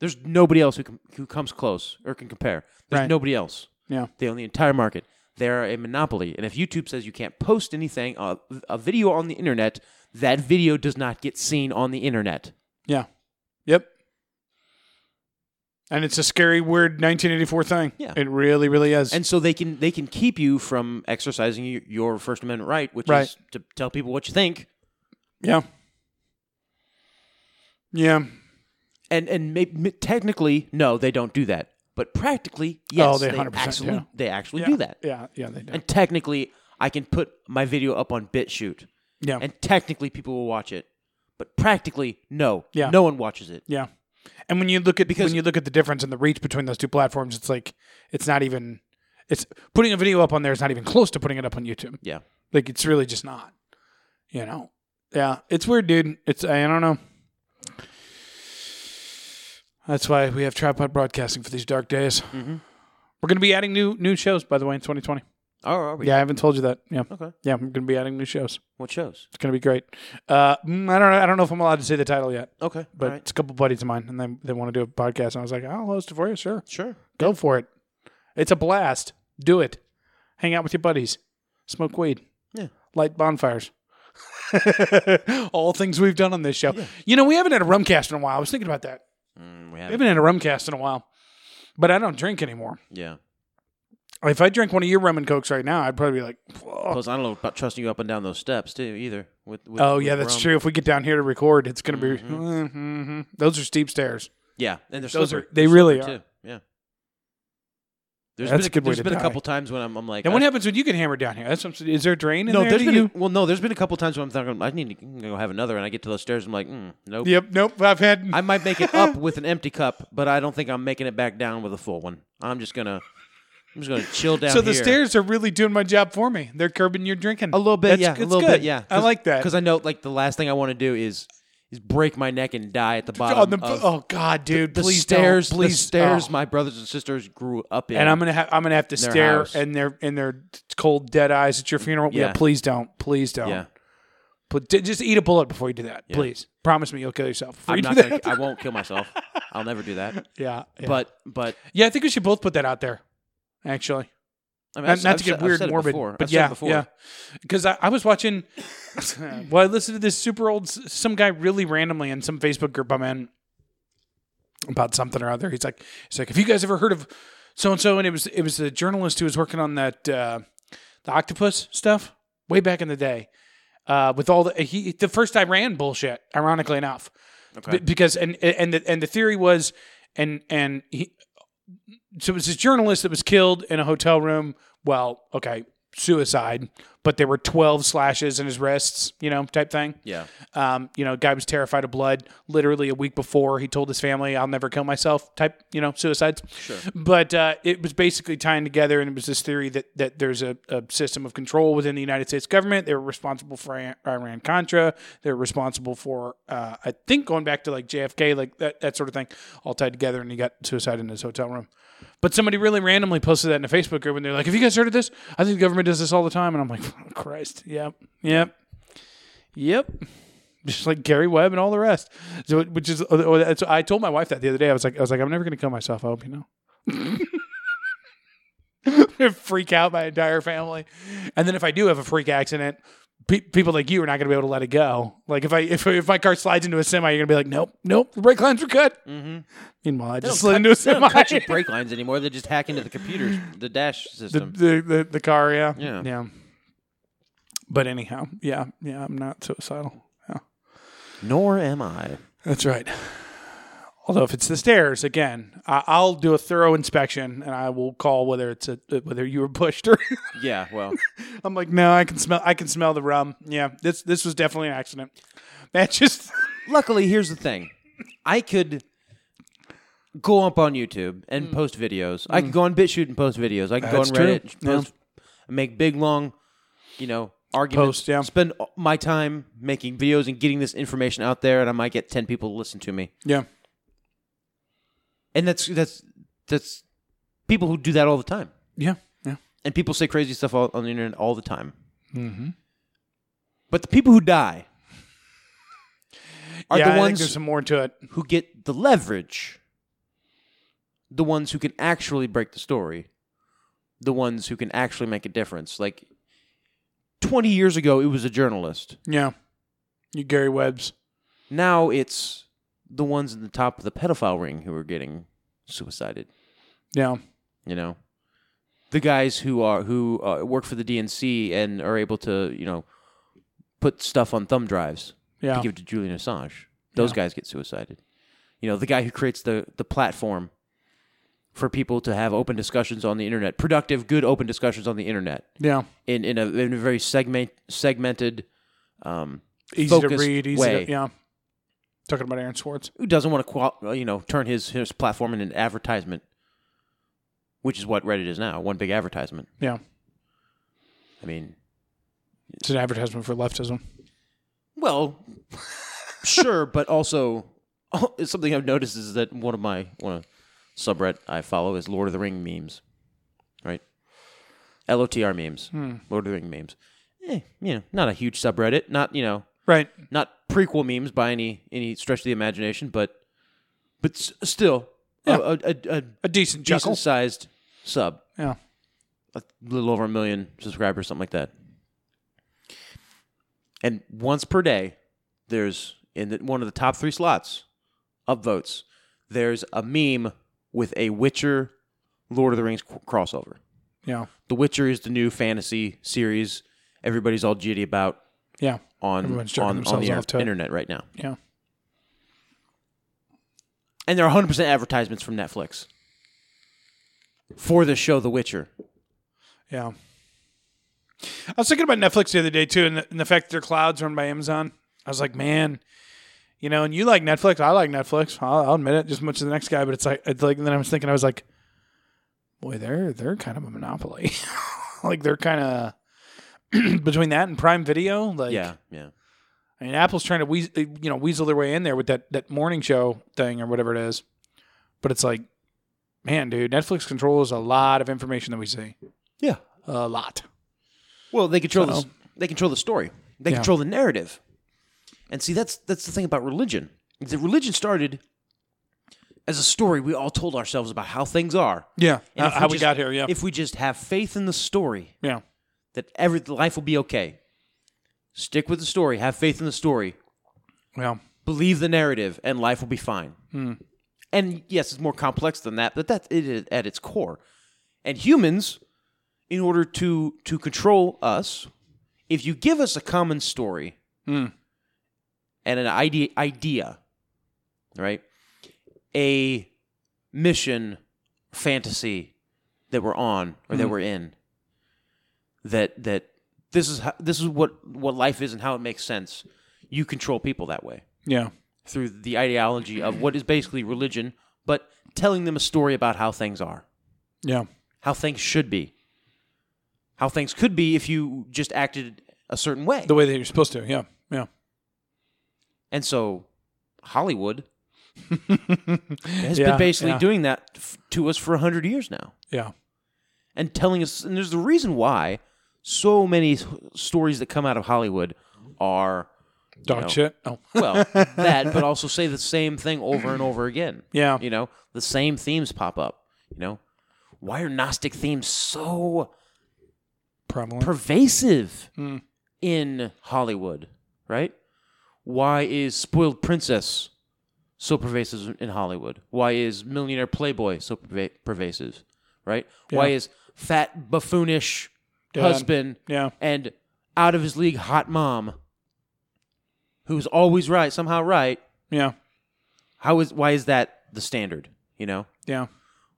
S1: There's nobody else who com- who comes close or can compare. There's
S2: Right.
S1: nobody else.
S2: Yeah.
S1: They own the entire market. They are a monopoly. And if YouTube says you can't post anything, uh, a video on the internet, that video does not get seen on the internet.
S2: Yeah. Yep. And it's a scary, weird 1984 thing.
S1: Yeah.
S2: It really, really is.
S1: And so they can they can keep you from exercising y- your First Amendment right, which
S2: Right.
S1: is to tell people what you think.
S2: yeah. Yeah.
S1: And and may, m- technically, no, they don't do that. But practically, yes,
S2: Oh, they
S1: they,
S2: 100%
S1: actually
S2: do.
S1: they actually
S2: yeah.
S1: do that.
S2: Yeah. Yeah. They do.
S1: And technically, I can put my video up on BitChute.
S2: yeah.
S1: and technically people will watch it, but practically no,
S2: Yeah.
S1: no one watches it.
S2: yeah. And when you look at
S1: Because-
S2: when you look at the difference in the reach between those two platforms, it's like it's not even it's putting a video up on there is not even close to putting it up on YouTube.
S1: Yeah,
S2: Like it's really just not. You know. Yeah, it's weird, dude. It's I don't know. That's why we have tripod broadcasting for these dark days.
S1: Mm-hmm.
S2: We're going to be adding new new shows, by the way, in 2020.
S1: oh, are we?
S2: Yeah, I haven't told you that. Yeah.
S1: Okay.
S2: Yeah, I'm going to be adding new shows.
S1: What shows?
S2: It's going to be great. Uh, mm, I don't know. I don't know if I'm allowed to say the title yet,
S1: Okay,
S2: but
S1: all right.
S2: it's a couple buddies of mine, and they they want to do a podcast, and I was like, I'll host it for you. Sure,
S1: sure.
S2: go for it. It's a blast. Do it. Hang out with your buddies. Smoke weed.
S1: Yeah.
S2: Light bonfires. All things we've done on this show. You know, we haven't had a rumcast in a while. I was thinking about that.
S1: Mm, we
S2: We haven't had a rumcast in a while, but I don't drink anymore.
S1: Yeah,
S2: If I drank one of your rum and cokes right now, I'd probably be like, "Whoa."
S1: plus I don't know about trusting you up and down those steps too either. With, with
S2: "Oh
S1: with
S2: yeah, that's
S1: rum. Mm-hmm.
S2: true." If we get down here to record, it's gonna be. Mhm. Those are steep stairs.
S1: Yeah, and they're
S2: Those
S1: slippery.
S2: are- they
S1: They're
S2: really
S1: slippery,
S2: are.
S1: Too. Yeah. There's
S2: That's
S1: been
S2: a good way
S1: there's
S2: to
S1: been
S2: die.
S1: a couple times when I'm, I'm like
S2: And what
S1: I-
S2: happens when you get hammered down here? That's what I'm- is there a drain? In
S1: No,
S2: there
S1: there's
S2: to
S1: been
S2: you?
S1: a, well, no, there's been a couple times when I'm thinking I need to go have another, and I get to those stairs, and I'm like, mm, nope.
S2: Yep. Nope. I've had.
S1: I might make it up with an empty cup, but I don't think I'm making it back down with a full one. I'm just gonna, I'm just gonna chill down.
S2: so the
S1: here.
S2: stairs are really doing my job for me. They're curbing your drinking
S1: a little
S2: That's-
S1: bit, yeah,
S2: it's
S1: a little
S2: good.
S1: bit, yeah.
S2: I like that.
S1: because I know like the last thing I want to do is is break my neck and die at the bottom.
S2: on the
S1: of
S2: oh god, dude,
S1: the
S2: please
S1: stairs,
S2: don't,
S1: the
S2: please
S1: stairs
S2: oh.
S1: my brothers and sisters grew up in,
S2: and I'm gonna have I'm gonna have to
S1: their
S2: stare
S1: house.
S2: and their and their cold dead eyes at your funeral. Yeah,
S1: Yeah.
S2: please don't, please don't.
S1: yeah.
S2: But d- just eat a bullet before you do that,
S1: Yeah.
S2: please. Promise me you'll kill yourself. before
S1: I'm
S2: you do
S1: not
S2: that.
S1: gonna, I won't kill myself. I'll never do that.
S2: yeah, yeah,
S1: But but
S2: yeah, I think we should both put that out there. Actually,
S1: I mean,
S2: not,
S1: I've-
S2: not
S1: I've
S2: to get
S1: said- I've
S2: weird,
S1: said it
S2: morbid,
S1: before.
S2: but
S1: I've said it
S2: yeah,
S1: before.
S2: yeah. Because I, I was watching, well, I listened to this super old s- some guy really randomly in some Facebook group I'm in about something or other. He's like, he's like, have you guys ever heard of so and so? And it was it was a journalist who was working on that uh, the octopus stuff way back in the day. Uh, with all the he the first Iran bullshit, ironically enough, B- because and and the and the theory was and and he, so it was this journalist that was killed in a hotel room. Well, okay, suicide, but there were 12 slashes in his wrists, you know, type thing.
S1: Yeah.
S2: Um, you know, guy was terrified of blood. Literally a week before, he told his family, "I'll never kill myself." Type, you know, suicides. Sure. But uh, it was basically tying together, and it was this theory that that there's a, a system of control within the United States government. They were responsible for Iran Contra. They were responsible for, uh, I think, going back to like JFK, like that that sort of thing, all tied together. And he got suicide in his hotel room. But somebody really randomly posted that in a Facebook group, and they're like, "Have you guys heard of this? I think the government does this all the time." And I'm like, "Christ, yep, yep, yep." just like Gary Webb and all the rest. So, it- which is, oh, that's- I told my wife that the other day. I was like, I was like, I'm never going to kill myself. I hope you know. freak out my entire family, and then if I do have a freak accident, pe- people like you are not going to be able to let it go. Like if I if if my car slides into a semi, you're going to be like, nope, nope, the brake lines were cut. Mm-hmm. Meanwhile, I just slid into a
S1: They
S2: semi.
S1: don't cut your brake lines anymore. They just hack into the computers, the dash
S2: the,
S1: system.
S2: the, the the car, yeah,
S1: Yeah.
S2: yeah. But anyhow, yeah, yeah, I'm not suicidal. Yeah.
S1: Nor am I.
S2: That's right. Although if it's the stairs again, I, I'll do a thorough inspection and I will call whether it's a, whether you were pushed or.
S1: Yeah, well,
S2: I'm like, no, I can smell. I can smell the rum. Yeah, this this was definitely an accident. That just
S1: luckily, here's the thing. I could go up on YouTube and post videos. I could go on BitChute and post videos. I could
S2: Hmm. That's
S1: go on Reddit
S2: true.
S1: and post, make big, long, you know, arguments.
S2: Post, yeah.
S1: Spend uh, my time making videos and getting this information out there, and I might get 10 people to listen to me.
S2: yeah.
S1: And that's that's that's people who do that all the time.
S2: Yeah, yeah,
S1: And people say crazy stuff all, on the internet all the time. Mm-hmm. But the people who die are
S2: yeah. I
S1: the
S2: think
S1: ones
S2: there's some more to it.
S1: who get the leverage, the ones who can actually break the story, the ones who can actually make a difference. Like 20 years ago, it was a journalist.
S2: Yeah, you Gary Webb's.
S1: Now it's the ones in the top of the pedophile ring who are getting suicided.
S2: Yeah,
S1: you know the guys who are who uh, work for the DNC and are able to you know put stuff on thumb drives
S2: yeah,
S1: to give to Julian Assange. Those guys get suicided. You know the guy who creates the the platform for people to have open discussions on the internet, productive, good open discussions on the internet
S2: yeah.
S1: in in a, in a very segment segmented. Um,
S2: Easy to
S1: focused
S2: read. Easy.
S1: way.
S2: To, yeah. Talking about Aaron Swartz.
S1: who doesn't want to qual- you know turn his his platform into an advertisement, which is what Reddit is now, one big advertisement.
S2: Yeah,
S1: I mean,
S2: it's an advertisement for leftism.
S1: Well, sure, but also oh, it's something I've noticed is that one of my one of subreddit I follow is Lord of the Ring memes, right? LOTR memes, Lord of the Ring memes. Eh, you know, not a huge subreddit, not you know,
S2: Right.
S1: not prequel memes by any any stretch of the imagination, but but s- still a-
S2: Yeah.
S1: a, a, a
S2: A decent chuckle.
S1: decent sized sub
S2: Yeah.
S1: a little over a million subscribers, something like that. And once per day, there's in the, one of the top three slots upvotes. There's a meme with a Witcher, Lord of the Rings c- crossover.
S2: Yeah.
S1: The Witcher is the new fantasy series everybody's all giddy about
S2: Yeah.
S1: on
S2: Everyone's jerking
S1: on, on
S2: themselves
S1: the
S2: off to it.
S1: internet right now.
S2: Yeah.
S1: And there are 100% advertisements from Netflix for the show The Witcher.
S2: Yeah. I was thinking about Netflix the other day too, and the, and the fact that their clouds run by Amazon. I was like, man, you know, and you like Netflix, I like Netflix. I'll, I'll admit it, just as much as the next guy. But it's like, it's like, and then I was thinking, I was like, boy, they're they're kind of a monopoly. like they're kind of between that and Prime Video. Like,
S1: yeah, yeah.
S2: I mean, Apple's trying to weas- uh, you know weasel their way in there with that that morning show thing or whatever it is. But it's like, man, dude, Netflix controls a lot of information that we see.
S1: Yeah.
S2: A lot.
S1: Well, they control the,
S2: So-
S1: they control the story. They
S2: Yeah.
S1: control the narrative. And see, that's that's the thing about religion. Is that religion started as a story we all told ourselves about how things are.
S2: Yeah, how,
S1: And if
S2: how we
S1: just-
S2: got here. Yeah,
S1: If we just have faith in the story
S2: yeah,
S1: that every life will be okay. Stick with the story, have faith in the story,
S2: yeah,
S1: believe the narrative, and life will be fine. And yes, it's more complex than that, but that's it is at its core. And humans, in order to to control us, if you give us a common story and an idea, idea, right, a mission fantasy that we're on or that we're in that that this is how, this is what what life is and how it makes sense you control people that way
S2: Yeah.
S1: through the ideology of what is basically religion but telling them a story about how things are
S2: Yeah.
S1: how things should be how things could be if you just acted a certain way
S2: The way that you're supposed to. Yeah. Yeah.
S1: and so hollywood has
S2: Yeah,
S1: been basically
S2: yeah.
S1: doing that f- to us for 100 years now
S2: Yeah.
S1: and telling us and there's the reason why so many s- stories that come out of hollywood are
S2: Dog
S1: No.
S2: shit. Oh.
S1: well that but also say the same thing over and over again
S2: Yeah.
S1: you know the same themes pop up you know why are gnostic themes so
S2: Prevalent.
S1: pervasive
S2: Hmm.
S1: in hollywood right why is spoiled princess so pervasive in hollywood why is millionaire playboy so perva- pervasive right why
S2: Yeah.
S1: is fat buffoonish
S2: Dad.
S1: husband
S2: Yeah.
S1: and out of his league hot mom who's always right somehow right
S2: Yeah.
S1: how is why is that the standard you know
S2: Yeah.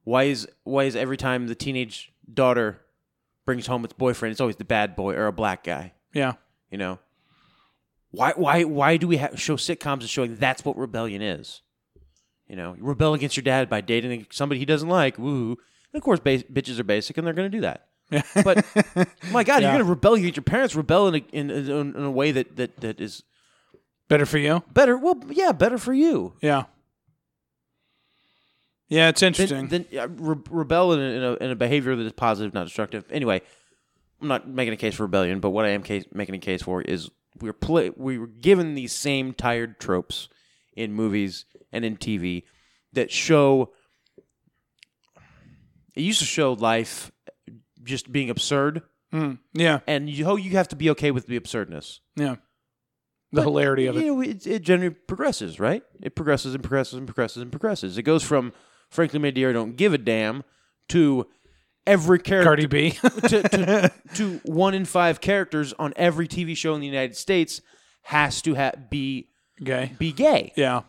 S1: why is why is every time the teenage daughter brings home its boyfriend it's always the bad boy or a black guy
S2: Yeah.
S1: you know why why why do we ha show sitcoms as showing that's what rebellion is you know you rebel against your dad by dating somebody he doesn't like woo and of course bas- bitches are basic and they're going to do that but my god you're going to rebel against your parents rebel in a, in, in, in a way that, that that is
S2: Better for you.
S1: better well yeah better for you
S2: Yeah. Yeah, it's interesting.
S1: then, then uh, re- rebel in a, in, a, in a behavior that is positive, not destructive. Anyway, I'm not making a case for rebellion, but what I am case, making a case for is we're play, we were given these same tired tropes in movies and in TV that show. It used to show life just being absurd,
S2: Hmm. yeah.
S1: and you oh, you have to be okay with the absurdness.
S2: Yeah. The hilarity of it.
S1: You know, it, it generally progresses, right? It progresses and progresses and progresses and progresses. It goes from Franklin Medier don't give a damn to every character
S2: Cardi B.
S1: to, to, to one in five characters on every TV show in the United States has to ha- be
S2: okay.
S1: be gay,
S2: Yeah.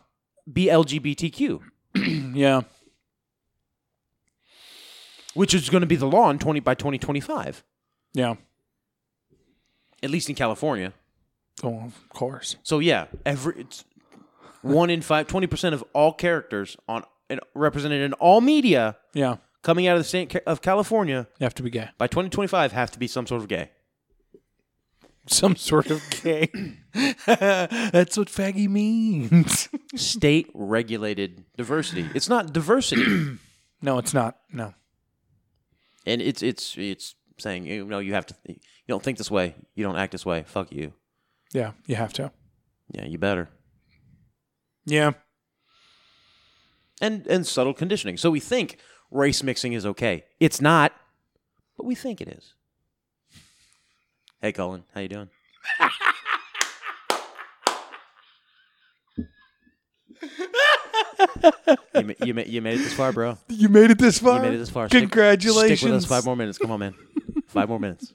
S1: be LGBTQ,
S2: Yeah.
S1: which is going to be the law in twenty by twenty twenty five,
S2: Yeah.
S1: at least in California.
S2: Oh, of course.
S1: So yeah, every it's one in five, 20 percent of all characters on and represented in all media
S2: Yeah.
S1: coming out of the state ca- of California
S2: You have to be gay.
S1: by 2025 have to be some sort of gay.
S2: Some sort of gay. That's what faggy means.
S1: State regulated diversity. It's not diversity,
S2: no, it's not. No.
S1: and it's it's it's saying you know you have to you don't think this way, you don't act this way. Fuck you.
S2: Yeah, you have to.
S1: Yeah, you better.
S2: Yeah.
S1: And and subtle conditioning. So we think race mixing is okay. It's not, but we think it is. Hey Colin, how you doing? you, ma- you, ma- you made it this far, bro.
S2: You made it this far.
S1: You made it this far. Stick-
S2: Congratulations.
S1: Stick with us five more minutes. Come on, man. five more minutes.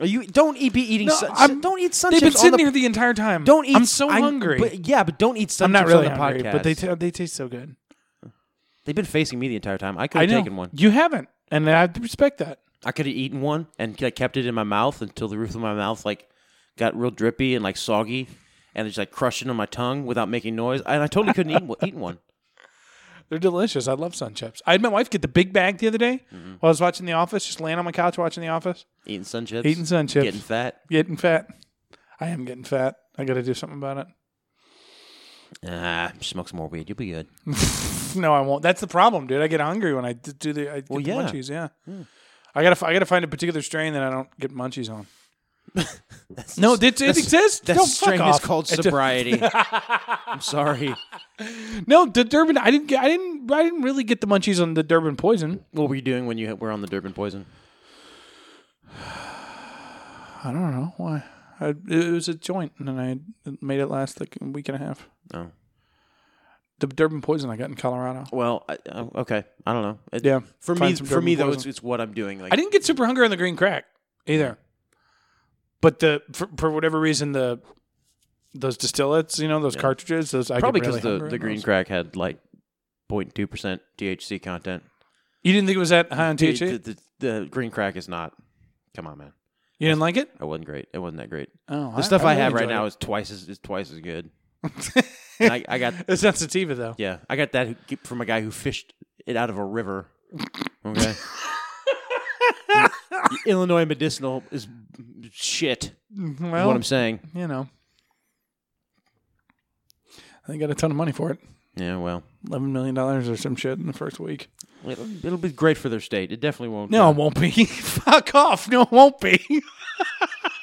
S1: Are you don't eat, be eating.
S2: No,
S1: sun,
S2: I'm-
S1: don't eat sun
S2: They've been
S1: chips on
S2: sitting
S1: the,
S2: here the entire time.
S1: Don't eat.
S2: I'm so
S1: I-
S2: hungry.
S1: But, yeah, but don't eat sun
S2: I'm not
S1: chips
S2: really
S1: on the
S2: hungry,
S1: podcast.
S2: but they ta they taste so good.
S1: They've been facing me the entire time. I could have
S2: I know.
S1: taken one.
S2: You haven't, and I respect that.
S1: I could have eaten one and like, kept it in my mouth until the roof of my mouth like got real drippy and like soggy, and it's like crushing on my tongue without making noise. And I totally couldn't eat one- eat one.
S2: They're delicious. I love sun chips. I had my wife get the big bag the other day
S1: Mm-hmm.
S2: while I was watching The Office, just laying on my couch watching The Office,
S1: Eating sun chips.
S2: eating sun chips,
S1: Getting fat.
S2: getting fat. I am getting fat. I got to do something about it.
S1: Ah, smoke some more weed. You'll be good.
S2: No, I won't. That's the problem, dude. I get hungry when I d- do the. I get
S1: Well,
S2: the
S1: yeah. Hmm.
S2: munchies. Yeah. I gotta. f- I gotta find a particular strain that I don't get munchies on. no, it, it exists.
S1: That
S2: no, fuck
S1: strain is
S2: off.
S1: called
S2: It's a-
S1: sobriety. I'm sorry.
S2: no, the Durban. I didn't. Get, I didn't. I didn't really get the munchies on the Durban poison.
S1: What were you doing when you were on the Durban poison?
S2: I don't know why. I, it was a joint, and then I made it last like a week and a half.
S1: Oh.
S2: The Durban poison I got in Colorado.
S1: Well, I, I, okay. I don't know. It-
S2: Yeah,
S1: For me,
S2: find some
S1: for me
S2: Durban
S1: though, it's,
S2: poison.
S1: it's what I'm doing. Like
S2: I didn't get super hungry on the green crack either. But the for, for whatever reason the those distillates, you know, those cartridges, those I
S1: probably
S2: because
S1: because the, the green crack had like 0.2% THC content.
S2: You didn't think it was that high on E?
S1: Dude,
S2: THC? You
S1: The, the- the green crack is not. Come on, man.
S2: didn't like it?
S1: It wasn't great. It wasn't that great.
S2: Oh,
S1: the stuff I, have
S2: really
S1: right now
S2: enjoyed
S1: is twice as is twice as good. and I, I got
S2: it. it's not sativa though.
S1: yeah, I got that from a guy who fished it out of a river. Okay. Illinois medicinal is shit. is
S2: Well,
S1: what I'm saying.
S2: you know, they got a ton of money for it.
S1: Yeah, well,
S2: Eleven million dollars or some shit in the first week.
S1: it'll, it'll be great for their state. It definitely won't.
S2: No, it won't be. Fuck off. No, it won't be.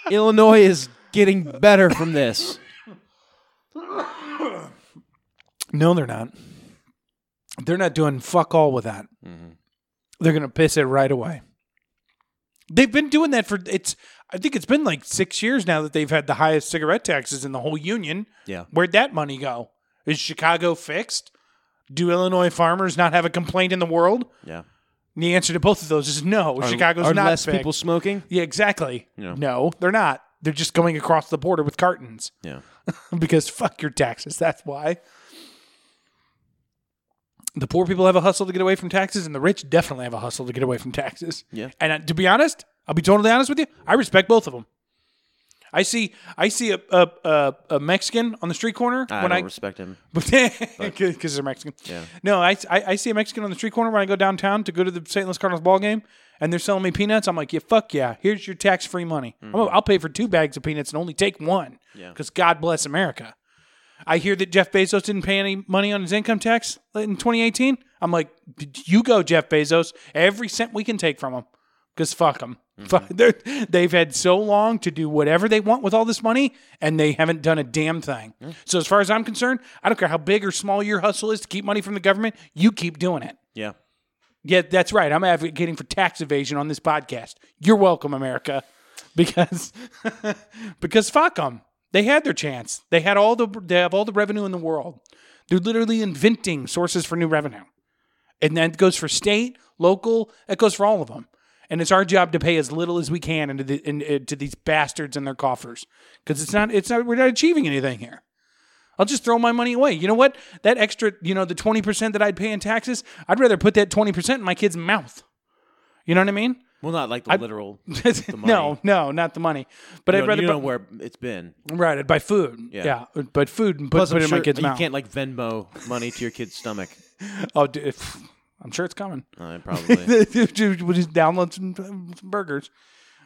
S1: Illinois is getting better from this.
S2: no, they're not. They're not doing fuck all with that.
S1: Mm-hmm.
S2: They're gonna piss it right away. They've been doing that for it's. I think it's been like six years now that they've had the highest cigarette taxes in the whole union.
S1: Yeah.
S2: Where'd that money go? Is Chicago fixed? Do Illinois farmers not have a complaint in the world?
S1: Yeah.
S2: And the answer to both of those is no.
S1: Are-
S2: Chicago's
S1: are
S2: not
S1: less
S2: fixed.
S1: people smoking.
S2: yeah, exactly.
S1: Yeah.
S2: No, they're not. They're just going across the border with cartons
S1: Yeah.
S2: because fuck your taxes. That's why. The poor people have a hustle to get away from taxes, and the rich definitely have a hustle to get away from taxes.
S1: Yeah.
S2: And uh, to be honest, I'll be totally honest with you. I respect both of them. I see, I see a a, a, a Mexican on the street corner
S1: I
S2: when
S1: don't
S2: I
S1: respect him.
S2: because they're Mexican.
S1: Yeah.
S2: No, I, I I see a Mexican on the street corner when I go downtown to go to the St. Louis Cardinals ball game, and they're selling me peanuts. I'm like, yeah, fuck yeah. Here's your tax free money. I'm gonna- I'll pay for two bags of peanuts and only take one. Because God bless America. I hear that Jeff Bezos didn't pay any money on his income tax in 2018. I'm like, "D- you go, Jeff Bezos. Every cent we can take from him, because fuck them. They've had so long to do whatever they want with all this money, and they haven't done a damn thing. So as far as I'm concerned, I don't care how big or small your hustle is to keep money from the government. You keep doing it.
S1: Yeah.
S2: Yeah, that's right. I'm advocating for tax evasion on this podcast. You're welcome, America, because because fuck them. They had their chance. They had all the they have all the revenue in the world. They're literally inventing sources for new revenue, and that goes for state, local. That goes for all of them. And it's our job to pay as little as we can into the in, into these bastards and their coffers because it's not it's not we're not achieving anything here. I'll just throw my money away. You know what? That extra, you know, the 20% that I'd pay in taxes, I'd rather put that 20% in my kid's mouth. You know what I mean?
S1: Well, not like the literal.
S2: no,
S1: money.
S2: no, not the money. But
S1: You
S2: I'd
S1: know,
S2: rather
S1: you know
S2: bu-
S1: where it's been.
S2: right, I'd buy food.
S1: Yeah.
S2: Yeah, but food and put,
S1: Plus,
S2: put it
S1: I'm
S2: in
S1: sure
S2: my kid's
S1: you
S2: mouth.
S1: can't like Venmo money to your kid's stomach.
S2: Oh, d- if- I'm sure it's coming.
S1: Uh, probably.
S2: we'll just download some, some burgers.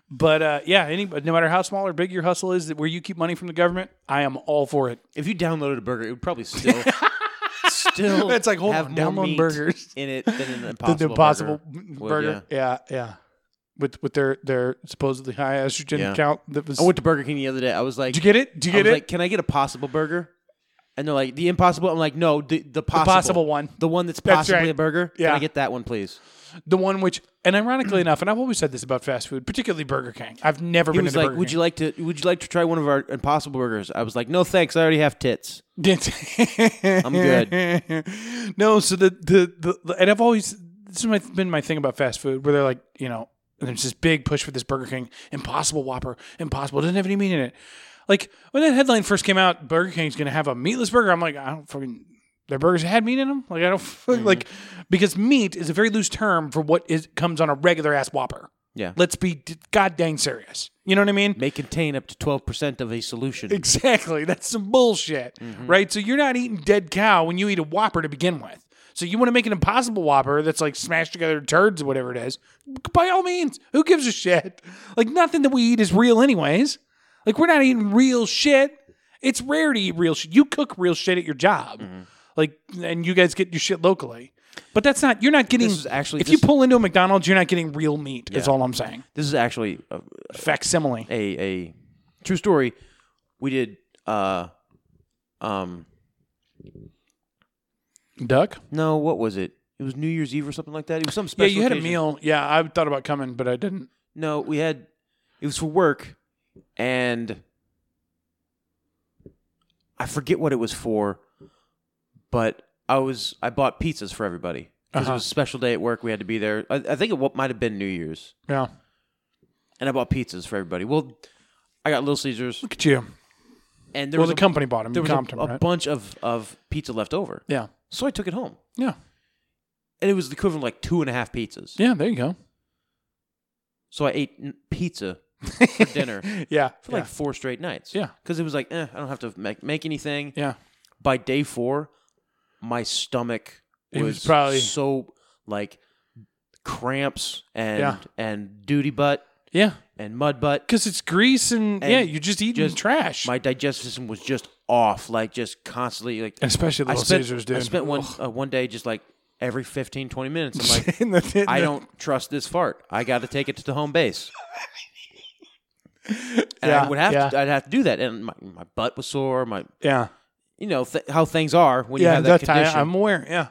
S2: But uh, yeah, any, no matter how small or big your hustle is, that where you keep money from the government, I am all for it.
S1: if you downloaded a burger, it would probably still still
S2: It's like, hold
S1: have
S2: on, download
S1: more meat
S2: burgers.
S1: in it than an
S2: the,
S1: impossible,
S2: the impossible
S1: burger.
S2: burger.
S1: would, yeah.
S2: yeah. yeah, With with their their supposedly high estrogen
S1: Yeah.
S2: count. That was.
S1: I went to Burger King the other day. I was like,
S2: Did you get it? Do you
S1: I
S2: get
S1: was
S2: it?
S1: like, can I get a possible burger? And they're like, the impossible. I'm like, no, the, the possible,
S2: possible one.
S1: the one that's
S2: That's
S1: possibly
S2: right.
S1: a burger.
S2: Yeah.
S1: Can I get that one, please?
S2: the one which, and ironically enough, and I've always said this about fast food, particularly Burger King. I've never
S1: He
S2: been
S1: was
S2: to
S1: like,
S2: Burger
S1: would you like to? Would you like to try one of our impossible burgers? I was like, no, thanks. I already have tits.
S2: King.
S1: I'm good.
S2: no, so the, the the the- and I've always this has my- been my thing about fast food, where they're like, you know, there's this big push for this Burger King Impossible Whopper, Impossible doesn't have any meat in it. Like when that headline first came out, Burger King's gonna have a meatless burger. I'm like, I don't fucking. Their burgers had meat in them. Like I don't
S1: Mm-hmm.
S2: like because meat is a very loose term for what is comes on a regular ass Whopper.
S1: Yeah.
S2: Let's be d- god dang serious. You know what I mean?
S1: May contain up to twelve percent of a solution.
S2: Exactly. That's some bullshit,
S1: Mm-hmm.
S2: right? So you're not eating dead cow when you eat a Whopper to begin with. So you want to make an impossible Whopper that's like smashed together turds or whatever it is. By all means, who gives a shit? Like nothing that we eat is real, anyways. Like we're not eating real shit. It's rare to eat real shit. You cook real shit at your job,
S1: Mm-hmm.
S2: like, and you guys get your shit locally. But that's not. You're not getting.
S1: This is actually-
S2: if
S1: this-
S2: you pull into a McDonald's, you're not getting real meat. Is all I'm saying.
S1: This is actually a,
S2: Facsimile.
S1: a a true story. We did uh um
S2: Duck.
S1: no, what was it? It was New Year's Eve or something like that. It was some
S2: Yeah,
S1: special.
S2: you had a
S1: occasion.
S2: meal. Yeah, I thought about coming, but I didn't.
S1: No, we had. It was for work, and I forget what it was for, but I was I bought pizzas for everybody because
S2: Uh-huh.
S1: it was a special day at work. We had to be there. I, I think it wa- might have been New Year's,
S2: Yeah.
S1: and I bought pizzas for everybody. Well, I got Little Caesars,
S2: Look at you.
S1: and there
S2: well,
S1: was
S2: the
S1: a,
S2: company bought him.
S1: there was a-
S2: Compton,
S1: a
S2: right?
S1: bunch of of pizza left over.
S2: yeah.
S1: So I took it home.
S2: Yeah.
S1: and it was the equivalent of like two and a half pizzas.
S2: Yeah, there you go.
S1: So I ate n- pizza for dinner for
S2: Yeah.
S1: like four straight nights.
S2: Yeah.
S1: because it was like, eh, I don't have to make, make anything.
S2: yeah.
S1: By day four, my stomach
S2: It
S1: was,
S2: was probably-
S1: so like cramps and
S2: Yeah.
S1: and duty butt
S2: Yeah.
S1: and mud butt.
S2: Because it's grease and,
S1: And
S2: yeah, you're just eating
S1: just
S2: trash.
S1: My digestive system was just off, like just constantly like.
S2: Especially Little
S1: I spent,
S2: Caesars, dude.
S1: I spent one uh, one day just like every 15, 20 minutes. I'm like,
S2: In the- in
S1: I
S2: the-
S1: don't trust this fart. I got to take it to the home base. And
S2: Yeah,
S1: I would have
S2: yeah.
S1: to. I'd have to do that, and my, my butt was sore. My,
S2: Yeah.
S1: you know, th- how things are when you
S2: yeah.
S1: have that,
S2: That time,
S1: condition.
S2: I'm aware. Yeah.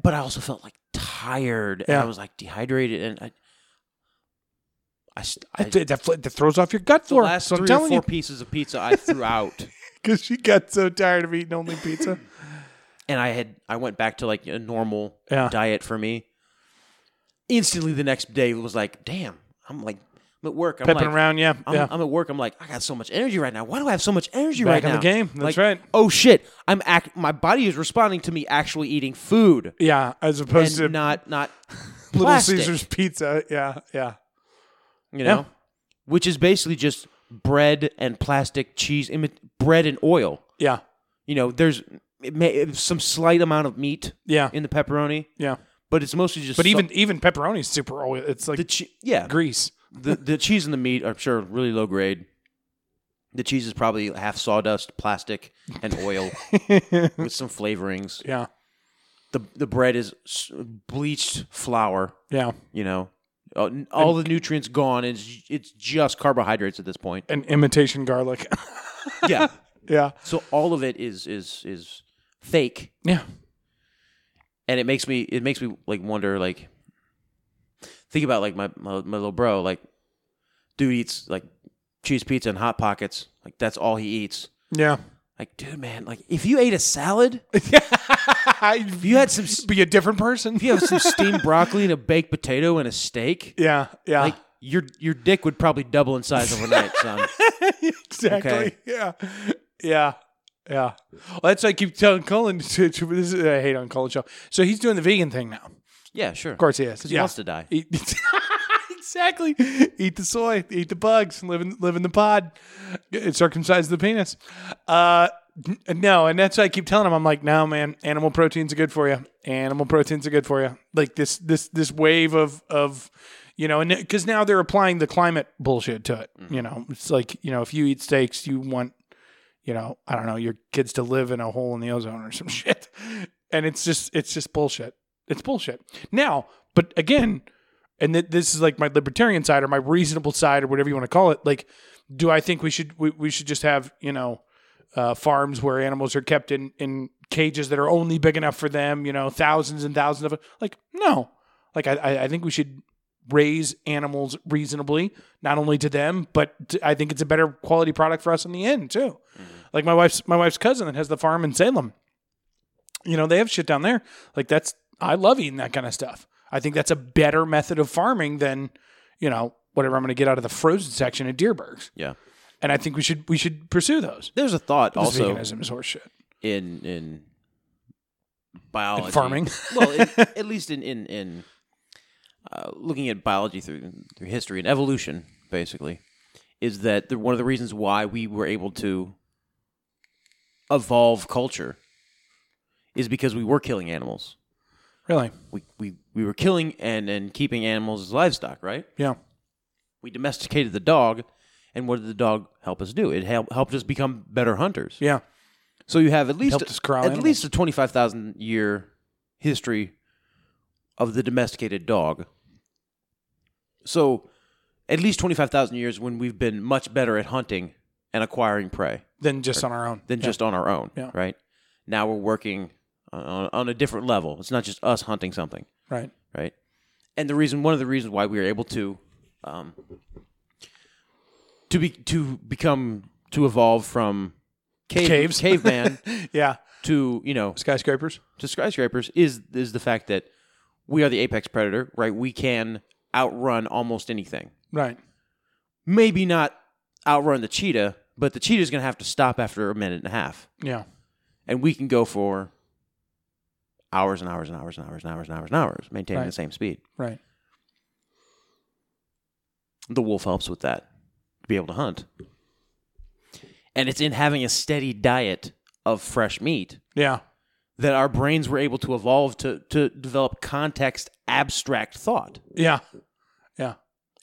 S1: but I also felt like tired, and
S2: Yeah.
S1: I was like dehydrated, and I, I, st- I
S2: That, that, fl- that throws off your gut
S1: the
S2: flora.
S1: last
S2: so I'm
S1: three or
S2: telling
S1: four
S2: you.
S1: pieces of pizza I threw out,
S2: Because she got so tired of eating only pizza.
S1: and I had I went back to like a normal
S2: Yeah.
S1: diet for me. Instantly, the next day was like, damn, I'm like. I'm at work. I'm
S2: Pepping
S1: like,
S2: around. Yeah.
S1: I'm,
S2: yeah.
S1: I'm at work. I'm like, I got so much energy right now. Why do I have so much energy
S2: Back
S1: right
S2: in
S1: now?
S2: the game. That's
S1: Like,
S2: right.
S1: Oh shit! I'm act. My body is responding to me actually eating food
S2: yeah. As opposed to
S1: and not not
S2: Little
S1: plastic,
S2: Caesars pizza. Yeah. Yeah.
S1: You know, which is basically just bread and plastic cheese, imi- bread and oil.
S2: Yeah.
S1: You know, there's it may, some slight amount of meat
S2: Yeah.
S1: in the pepperoni,
S2: yeah.
S1: but it's mostly just.
S2: But
S1: so-
S2: even even pepperoni is super oily. It's like
S1: the che- yeah,
S2: grease.
S1: the the cheese and the meat are sure really low grade. The cheese is probably half sawdust, plastic, and oil with some flavorings.
S2: Yeah.
S1: The the bread is s- bleached flour.
S2: Yeah.
S1: You know, Uh, n- all the nutrients gone. and It's it's just carbohydrates at this point.
S2: And imitation garlic.
S1: yeah.
S2: yeah.
S1: So all of it is is is fake,
S2: Yeah.
S1: and it makes me it makes me like wonder like think about like my my, my little bro like dude eats like cheese pizza and hot pockets like that's all he eats.
S2: Yeah.
S1: Like, dude, man, like if you ate a salad,
S2: I'd
S1: if you had some, s-
S2: be a different person.
S1: if you have some steamed broccoli and a baked potato and a steak,
S2: Yeah. Yeah.
S1: like your your dick would probably double in size overnight, son.
S2: exactly.
S1: okay.
S2: Yeah. Yeah. Yeah. Well, that's like keep telling Colin. To, to, this is, I hate on Colin show. So he's doing the vegan thing now. Of
S1: Yeah, sure. Of
S2: course he is.
S1: because he
S2: Yeah.
S1: wants to die.
S2: Eat, exactly. Eat the soy. Eat the bugs. Live in live in the pod. It circumcise the penis. Uh, n- no, and that's why I keep telling him. I'm like, no, man. Animal proteins are good for you. Animal proteins are good for you. Like this this this wave of of you know, and because now they're applying the climate bullshit to it.
S1: Mm-hmm.
S2: You know, it's like you know, if you eat steaks, you want you know, I don't know, your kids to live in a hole in the ozone or some shit. And it's just, it's just bullshit. It's bullshit. Now, but again, and th- this is like my libertarian side or my reasonable side or whatever you want to call it. Like, do I think we should we, we should just have you know uh, farms where animals are kept in in cages that are only big enough for them? You know, thousands and thousands of like no. Like I- I I think we should raise animals reasonably, not only to them, but to, I think it's a better quality product for us in the end too. Like my wife's my wife's cousin that has the farm in Salem. You know, they have shit down there. Like that's I love eating that kind of stuff. I think that's a better method of farming than, you know, whatever I'm going to get out of the frozen section at Deerberg's.
S1: Yeah.
S2: And I think we should we should pursue those.
S1: There's a thought
S2: This
S1: also
S2: veganism is horseshit.
S1: in in biology,
S2: farming.
S1: well, in, at least in in in uh, looking at biology through through history and evolution, basically, is that the, one of the reasons why we were able to evolve culture is because we were killing animals.
S2: Really?
S1: We we we were killing and and keeping animals as livestock, right?
S2: Yeah.
S1: We domesticated the dog, and what did the dog help us do? It help, helped us become better hunters.
S2: Yeah.
S1: So you have at least
S2: helped us corral
S1: at
S2: animals.
S1: least a twenty five thousand year history of the domesticated dog. So at least twenty five thousand years when we've been much better at hunting and acquiring prey
S2: Then just on our own.
S1: than just on our own.
S2: Yeah.
S1: Right now we're working on, on a different level. It's not just us hunting something
S2: right.
S1: right? And the reason, one of the reasons why we were able to, um, to be to become to evolve from cave,
S2: Caves.
S1: caveman
S2: Yeah.
S1: to you know
S2: Skyscrapers.
S1: to skyscrapers is is the fact that we are the apex predator, right? We can outrun almost anything.
S2: Right.
S1: Maybe not outrun the cheetah, but the cheetah's going to have to stop after a minute and a half,
S2: Yeah.
S1: and we can go for hours and hours and hours and hours and hours and hours and hours, maintaining
S2: Right.
S1: the same speed.
S2: Right.
S1: The wolf helps with that to be able to hunt. And it's in having a steady diet of fresh meat
S2: Yeah.
S1: that our brains were able to evolve to, to develop context abstract thought.
S2: Yeah. Yeah.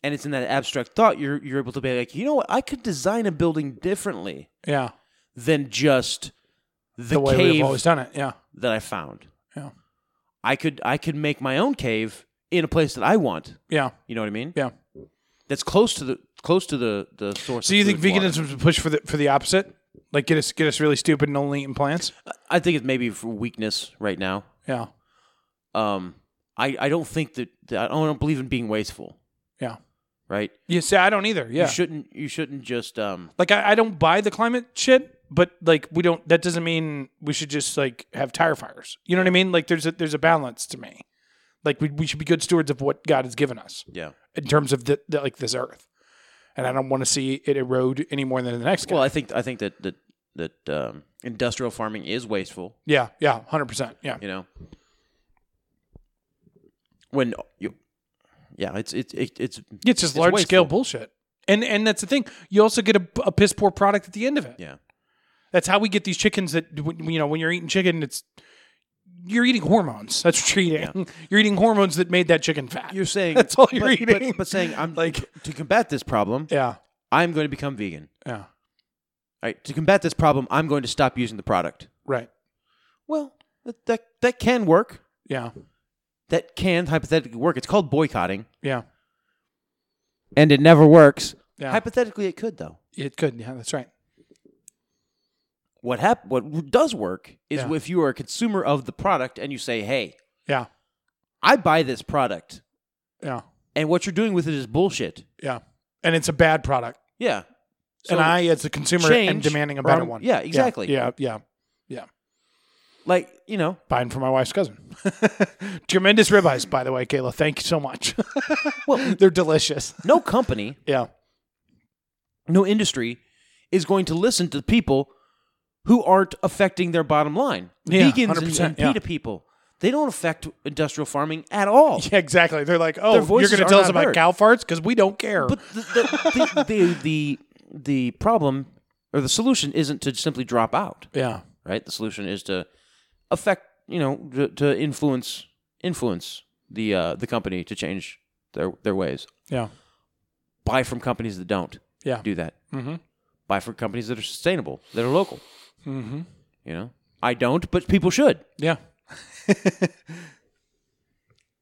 S1: And it's in that abstract thought you're you're able to be like, you know what, I could design a building differently
S2: Yeah.
S1: than just the,
S2: The, way
S1: cave
S2: we've always done it. Yeah.
S1: that I found.
S2: Yeah.
S1: I could I could make my own cave in a place that I want.
S2: Yeah.
S1: You know what I mean?
S2: Yeah.
S1: That's close to the close to the the source.
S2: So
S1: of
S2: you think
S1: food and water.
S2: veganism is a push for the for the opposite? Like get us get us really stupid and only eating plants?
S1: I think it's maybe for weakness right now.
S2: Yeah.
S1: Um, I I don't think that that- I don't believe in being wasteful.
S2: Yeah.
S1: Right.
S2: Yeah, see, I don't either. Yeah.
S1: You shouldn't. You shouldn't just. Um.
S2: like I, I don't buy the climate shit, but like we don't that doesn't mean we should just like have tire fires. You know what I mean? Like there's a there's a balance to me. Like we, we should be good stewards of what God has given us
S1: Yeah.
S2: in terms of the, the like this earth. And I don't want to see it erode any more than the next guy.
S1: Well, I think I think that that that um, industrial farming is wasteful.
S2: yeah, yeah, hundred percent. Yeah.
S1: You know. When you, yeah, it's it's it, it's
S2: It's just
S1: It's
S2: large scale
S1: wasteful.
S2: bullshit. And and that's the thing. You also get a, a piss poor product at the end of it.
S1: yeah.
S2: That's how we get these chickens that w- you know when you're eating chicken, it's you're eating hormones. That's what you're eating. You're eating hormones that made that chicken fat.
S1: You're saying
S2: that's all you're
S1: but- but-
S2: eating.
S1: but saying I'm
S2: Like-
S1: like to combat this problem,
S2: yeah,
S1: I'm going to become vegan.
S2: yeah,
S1: All right, to combat this problem, I'm going to stop using the product.
S2: right,
S1: Well, that that, that can work.
S2: yeah,
S1: That can hypothetically work. It's called boycotting,
S2: yeah,
S1: and it never works.
S2: yeah.
S1: Hypothetically, it could though.
S2: it could. Yeah, that's right.
S1: What hap- What does work is
S2: Yeah.
S1: if you are a consumer of the product and you say, "Hey,
S2: Yeah,
S1: I buy this product,
S2: yeah,
S1: and what you're doing with it is bullshit."
S2: yeah. And it's a bad product.
S1: Yeah, So,
S2: and I, as a consumer, am
S1: change
S2: demanding a
S1: or I'm-
S2: better one.
S1: yeah, exactly.
S2: Yeah, yeah. yeah.
S1: like you know,
S2: Buying for my wife's cousin. Tremendous ribeyes, by the way, Kayla. Thank you so much.
S1: Well-
S2: they're delicious.
S1: no company
S2: Yeah,
S1: no industry is going to listen to people who aren't affecting their bottom line.
S2: Yeah,
S1: Vegans and,
S2: 100%,
S1: and
S2: yeah.
S1: PETA people, they don't affect industrial farming at all.
S2: yeah, exactly. They're like, oh,
S1: Their
S2: you're going
S1: voices
S2: to
S1: are
S2: tell us
S1: not
S2: about
S1: heard.
S2: cow farts because we don't care.
S1: But the, the, the, the, the, the problem or the solution isn't to simply drop out,
S2: yeah,
S1: right? The solution is to affect, you know, to, to influence influence the uh, the company to change their their ways.
S2: yeah.
S1: Buy from companies that don't
S2: Yeah.
S1: do that.
S2: Mm-hmm.
S1: Buy from companies that are sustainable, that are local.
S2: Mm-hmm.
S1: You know, I don't, but people should.
S2: Yeah.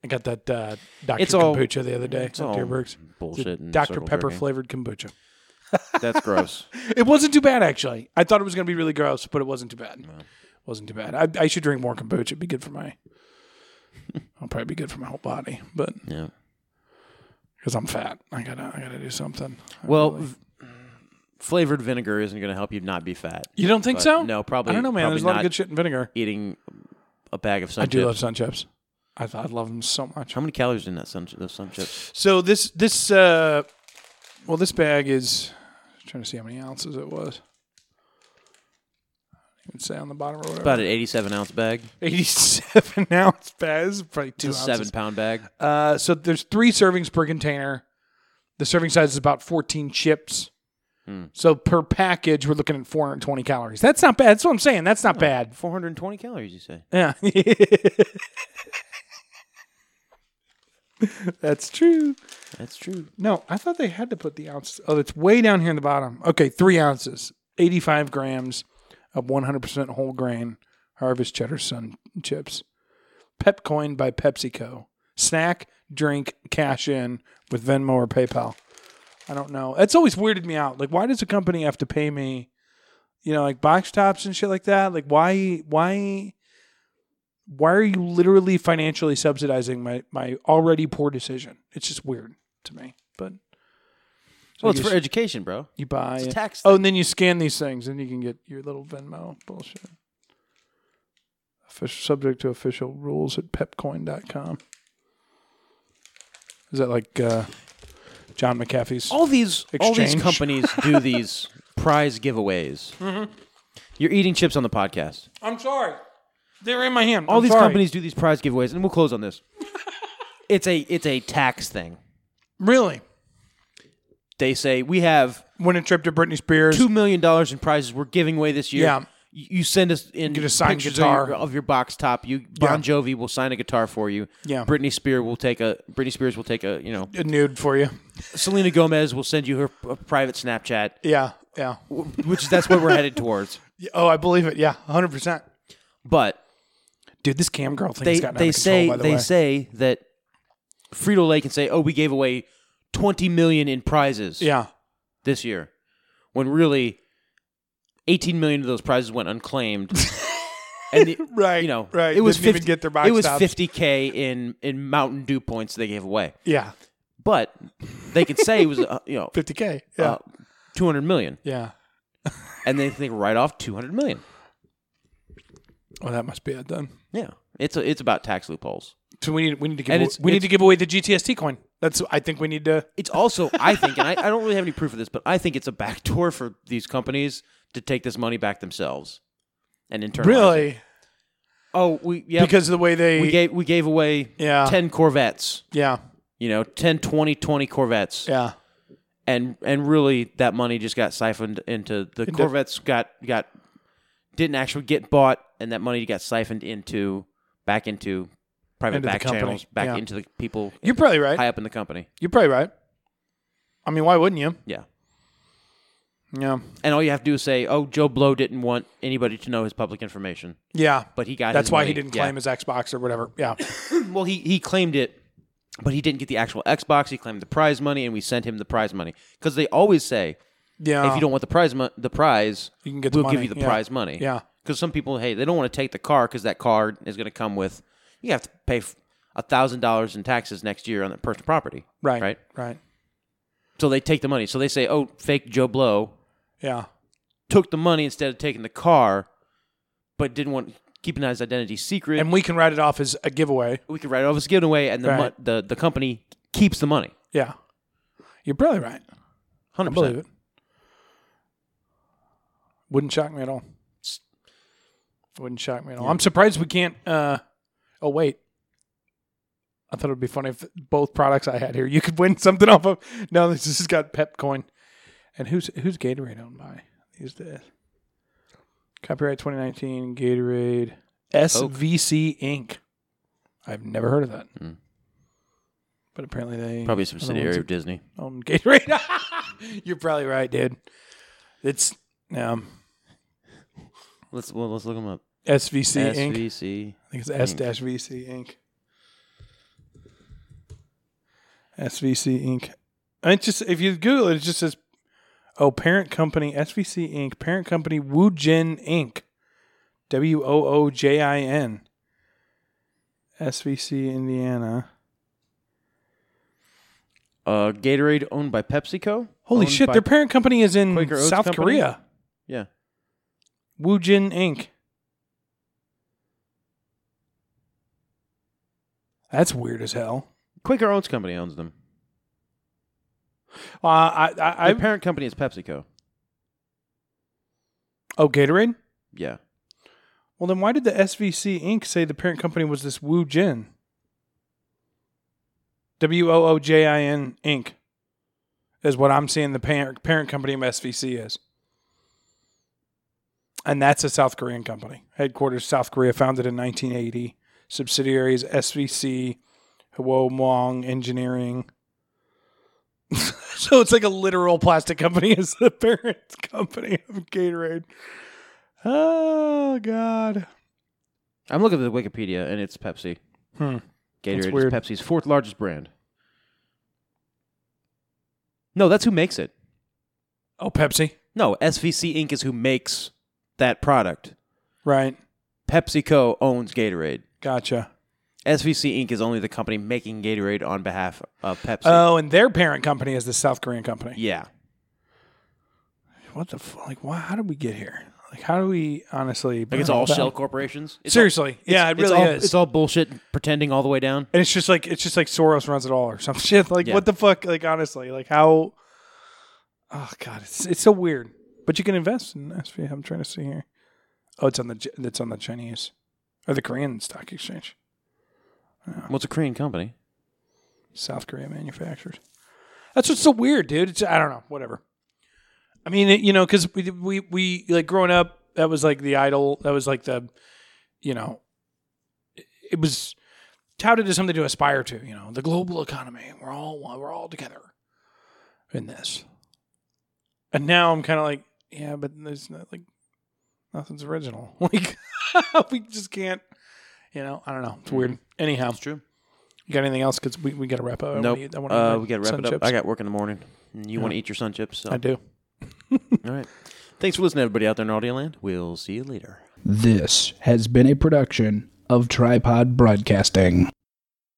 S2: I got that uh, Dr.
S1: It's all-
S2: kombucha the other day.
S1: it's all
S2: Dear Berg's.
S1: bullshit
S2: The
S1: and
S2: Dr.
S1: circle
S2: Pepper
S1: jerking.
S2: flavored kombucha.
S1: That's gross.
S2: It wasn't too bad, actually. I thought it was going to be really gross, but it wasn't too bad. Wasn't too bad. I, I should drink more kombucha. It'd be good for my. I'll probably be good for my whole body, but
S1: yeah.
S2: because I'm fat, I gotta I gotta do something.
S1: Well, v- flavored vinegar isn't going to help you not be fat.
S2: You don't think
S1: But
S2: so?
S1: no, probably-
S2: I don't know, man.
S1: probably
S2: There's a lot of
S1: not.
S2: good shit in vinegar.
S1: Eating a bag of sun
S2: I do
S1: chips.
S2: love sun chips. I, I love them so much.
S1: How many calories is in that sun? Those sun chips.
S2: So this this uh, well, this bag is I'm trying to see how many ounces it was. It would say on the bottom or whatever.
S1: About an eighty-seven ounce bag.
S2: Eighty-seven ounce bag This is probably two
S1: It's a
S2: ounces.
S1: seven-pound bag.
S2: Uh, so there's three servings per container. The serving size is about 14 chips. So per package, we're looking at 420 calories. That's not bad. That's what I'm saying. That's not bad.
S1: Four hundred and twenty calories. You say?
S2: Yeah. That's true.
S1: That's true.
S2: No, I thought they had to put the ounces. Oh, it's way down here in the bottom. Okay, three ounces, 85 grams of 100% whole grain harvest cheddar sun chips. Pepcoin by PepsiCo. Snack, drink, cash in with Venmo or PayPal. I don't know. It's always weirded me out. Like, why does a company have to pay me, you know, like box tops and shit like that? Like, why, why, why are you literally financially subsidizing my, my already poor decision? It's just weird to me. But
S1: Well, it's
S2: you
S1: for
S2: s-
S1: education, bro.
S2: you buy
S1: It's a
S2: it.
S1: tax
S2: Oh,
S1: thing.
S2: and then you scan these things, and you can get your little Venmo bullshit. Official, subject to official rules at pepcoin.com. Is that like uh, John McAfee's?
S1: All these, all these
S2: Exchange.
S1: companies do these
S2: Mm-hmm.
S1: prize giveaways. You're eating chips on the podcast.
S2: I'm sorry. They're in my hand.
S1: all
S2: I'm
S1: these
S2: sorry.
S1: companies do these prize giveaways, and we'll close on this. it's a it's a tax thing.
S2: Really?
S1: They say we have
S2: Win a trip to Britney Spears.
S1: two million dollars in prizes we're giving away this year.
S2: Yeah.
S1: Y- You send us in
S2: Get a signed
S1: pictures
S2: guitar.
S1: of your, of your box top. You Bon Jovi will sign a guitar for you.
S2: Yeah.
S1: Britney Spears will take a Britney Spears will take a you know
S2: a nude for you.
S1: Selena Gomez will send you her p- private Snapchat,
S2: Yeah, yeah.
S1: which that's what we're headed towards.
S2: Oh, I believe it. Yeah, hundred percent.
S1: But
S2: Dude, this cam girl thing's
S1: they
S2: gotten out
S1: they
S2: of control,
S1: say
S2: by the
S1: they
S2: way.
S1: say that Frito Lay can say, "Oh, we gave away twenty million in prizes
S2: yeah,
S1: this year," when really eighteen million of those prizes went unclaimed. and the,
S2: Right,
S1: you know,
S2: right.
S1: It was
S2: Didn't even
S1: 50,
S2: get their box
S1: It was
S2: tops.
S1: fifty k in in Mountain Dew points they gave away,
S2: yeah.
S1: but they could say it was uh, you know
S2: Fifty k. Yeah,
S1: uh, two hundred million,
S2: yeah.
S1: and they think right off two hundred million.
S2: Well, Oh, that must be it then.
S1: Yeah, it's a, it's about tax loopholes.
S2: So we need we need to give
S1: And
S2: away,
S1: it's-
S2: we need
S1: it's-
S2: to give away the GTST coin. That's I think we need to.
S1: it's also I think, and I, I don't really have any proof of this, but I think it's a backdoor for these companies to take this money back themselves and internalize. it.
S2: Really?
S1: Oh, we yeah
S2: Because of the way they
S1: we gave we gave away
S2: Yeah.
S1: ten Corvettes,
S2: yeah
S1: you know, 10, 20, 20 Corvettes,
S2: yeah
S1: and and really that money just got siphoned into the Corvettes got got didn't actually get bought, and that money got siphoned into back into private
S2: Into the
S1: back
S2: company,
S1: channels, back
S2: yeah.
S1: into the people
S2: you're probably right.
S1: high up in the company.
S2: You're probably right. I mean, why wouldn't you?
S1: Yeah.
S2: Yeah,
S1: And all you have to do is say, "Oh, Joe Blow didn't want anybody to know his public information,
S2: yeah.
S1: but he got."
S2: That's
S1: his
S2: why
S1: money.
S2: he didn't
S1: Yeah.
S2: claim his Xbox or whatever. Yeah,
S1: Well, he he claimed it, but he didn't get the actual Xbox. He claimed the prize money, and we sent him the prize money because they always say,
S2: yeah.
S1: "If you don't want the prize, mo- the prize,
S2: Oh. You can get the
S1: we'll
S2: money.
S1: give you the
S2: Yeah.
S1: prize money."
S2: Yeah.
S1: Because some people, hey, they don't want to take the car because that car is going to come with you have to pay a thousand dollars in taxes next year on that personal property.
S2: right,
S1: Right.
S2: right,
S1: So they take the money. So they say, "Oh, fake Joe Blow
S2: yeah.
S1: took the money instead of taking the car, but didn't want keeping his identity secret.
S2: And we can write it off as a giveaway.
S1: we could write it off as given away, and the,
S2: Right.
S1: mon- the the company keeps the money.
S2: Yeah, you're probably right. I
S1: Hundred
S2: believe
S1: percent.
S2: it. Wouldn't shock me at all. Wouldn't shock me at all. I'm surprised we can't. Uh, oh wait, I thought it would be funny if both products I had here you could win something off of. No, this has got Pepcoin. And who's who's Gatorade owned by these days? Copyright 2019 Gatorade SVC Inc. I've never heard of that, but apparently they
S1: Hmm. Probably
S2: are
S1: a
S2: the ones that
S1: subsidiary of Disney.
S2: on Gatorade. You're probably right, dude. It's um,
S1: Let's well, let's look them up.
S2: SVC Inc.
S1: SVC.
S2: I think it's S VC Inc. SVC Inc. And It just if you Google it, it just says, "Oh, parent company SVC Inc. Parent company Woojin Inc. W O O J I N. SVC Indiana.
S1: Uh, Gatorade owned by PepsiCo.
S2: Holy
S1: Owned
S2: shit!
S1: by-
S2: Their parent company is in
S1: Quaker Oats
S2: South
S1: Company?
S2: Korea.
S1: yeah.
S2: Woojin Inc. That's weird as hell.
S1: Quaker Oats Company owns them.
S2: Uh, I, I,
S1: Their
S2: I,
S1: parent company is PepsiCo.
S2: oh, Gatorade.
S1: Yeah.
S2: Well, then why did the SVC Inc. say the parent company was this Woojin? W O O J I N Inc. is what I'm seeing the parent parent company of SVC is, and that's a South Korean company. Headquarters South Korea, founded in 1980. Subsidiaries SVC, Hwomong Engineering. so it's like a literal plastic company is the parent company of Gatorade. Oh God.
S1: I'm looking at the Wikipedia, and it's Pepsi.
S2: Hmm. That's
S1: Gatorade is
S2: weird.
S1: Pepsi's fourth largest brand. No, that's who makes it.
S2: Oh, Pepsi.
S1: No, SVC Inc. is who makes that product.
S2: Right.
S1: PepsiCo owns Gatorade.
S2: Gotcha.
S1: SVC Inc. is only the company making Gatorade on behalf of Pepsi.
S2: Oh, and their parent company is the South Korean company.
S1: yeah.
S2: What the f Like, why? How did we get here? Like, how do we honestly?
S1: Like it's all shell corporations. It's
S2: Seriously, yeah, it
S1: all- it's
S2: really
S1: all,
S2: is.
S1: It's all bullshit pretending all the way down.
S2: and it's just like it's just like Soros runs it all or some shit. Like,
S1: Yeah.
S2: what the fuck? Like, honestly, like how? Oh God, it's it's so weird. But you can invest in SV. I'm trying to see here. Oh, it's on the J- it's on the Chinese or the Korean Stock Exchange,
S1: Well, it's a Korean company.
S2: South Korea manufactured. That's what's so weird, dude. It's, I don't know, whatever. I mean, it, you know, because we, we we like growing up, that was like the idol. That was like the, you know, it- it was touted as something to aspire to. You know, the global economy. We're all one- we're all together in this. And now I'm kind of like, yeah, but there's not, like nothing's original. Like we just can't. You know, I don't know. It's weird. Anyhow, it's
S1: Mm-hmm. true.
S2: You got anything else? Because we, we got to wrap up. I wanna
S1: Nope.
S2: eat- I wanna eat
S1: Uh,
S2: my
S1: we got to
S2: sun
S1: wrap it up.
S2: chips.
S1: I got work in the morning. And you want to eat your sun chips? So.
S2: I do.
S1: All right. Thanks for listening, everybody out there in Audio Land. We'll see you later.
S6: This has been a production of Tripod Broadcasting.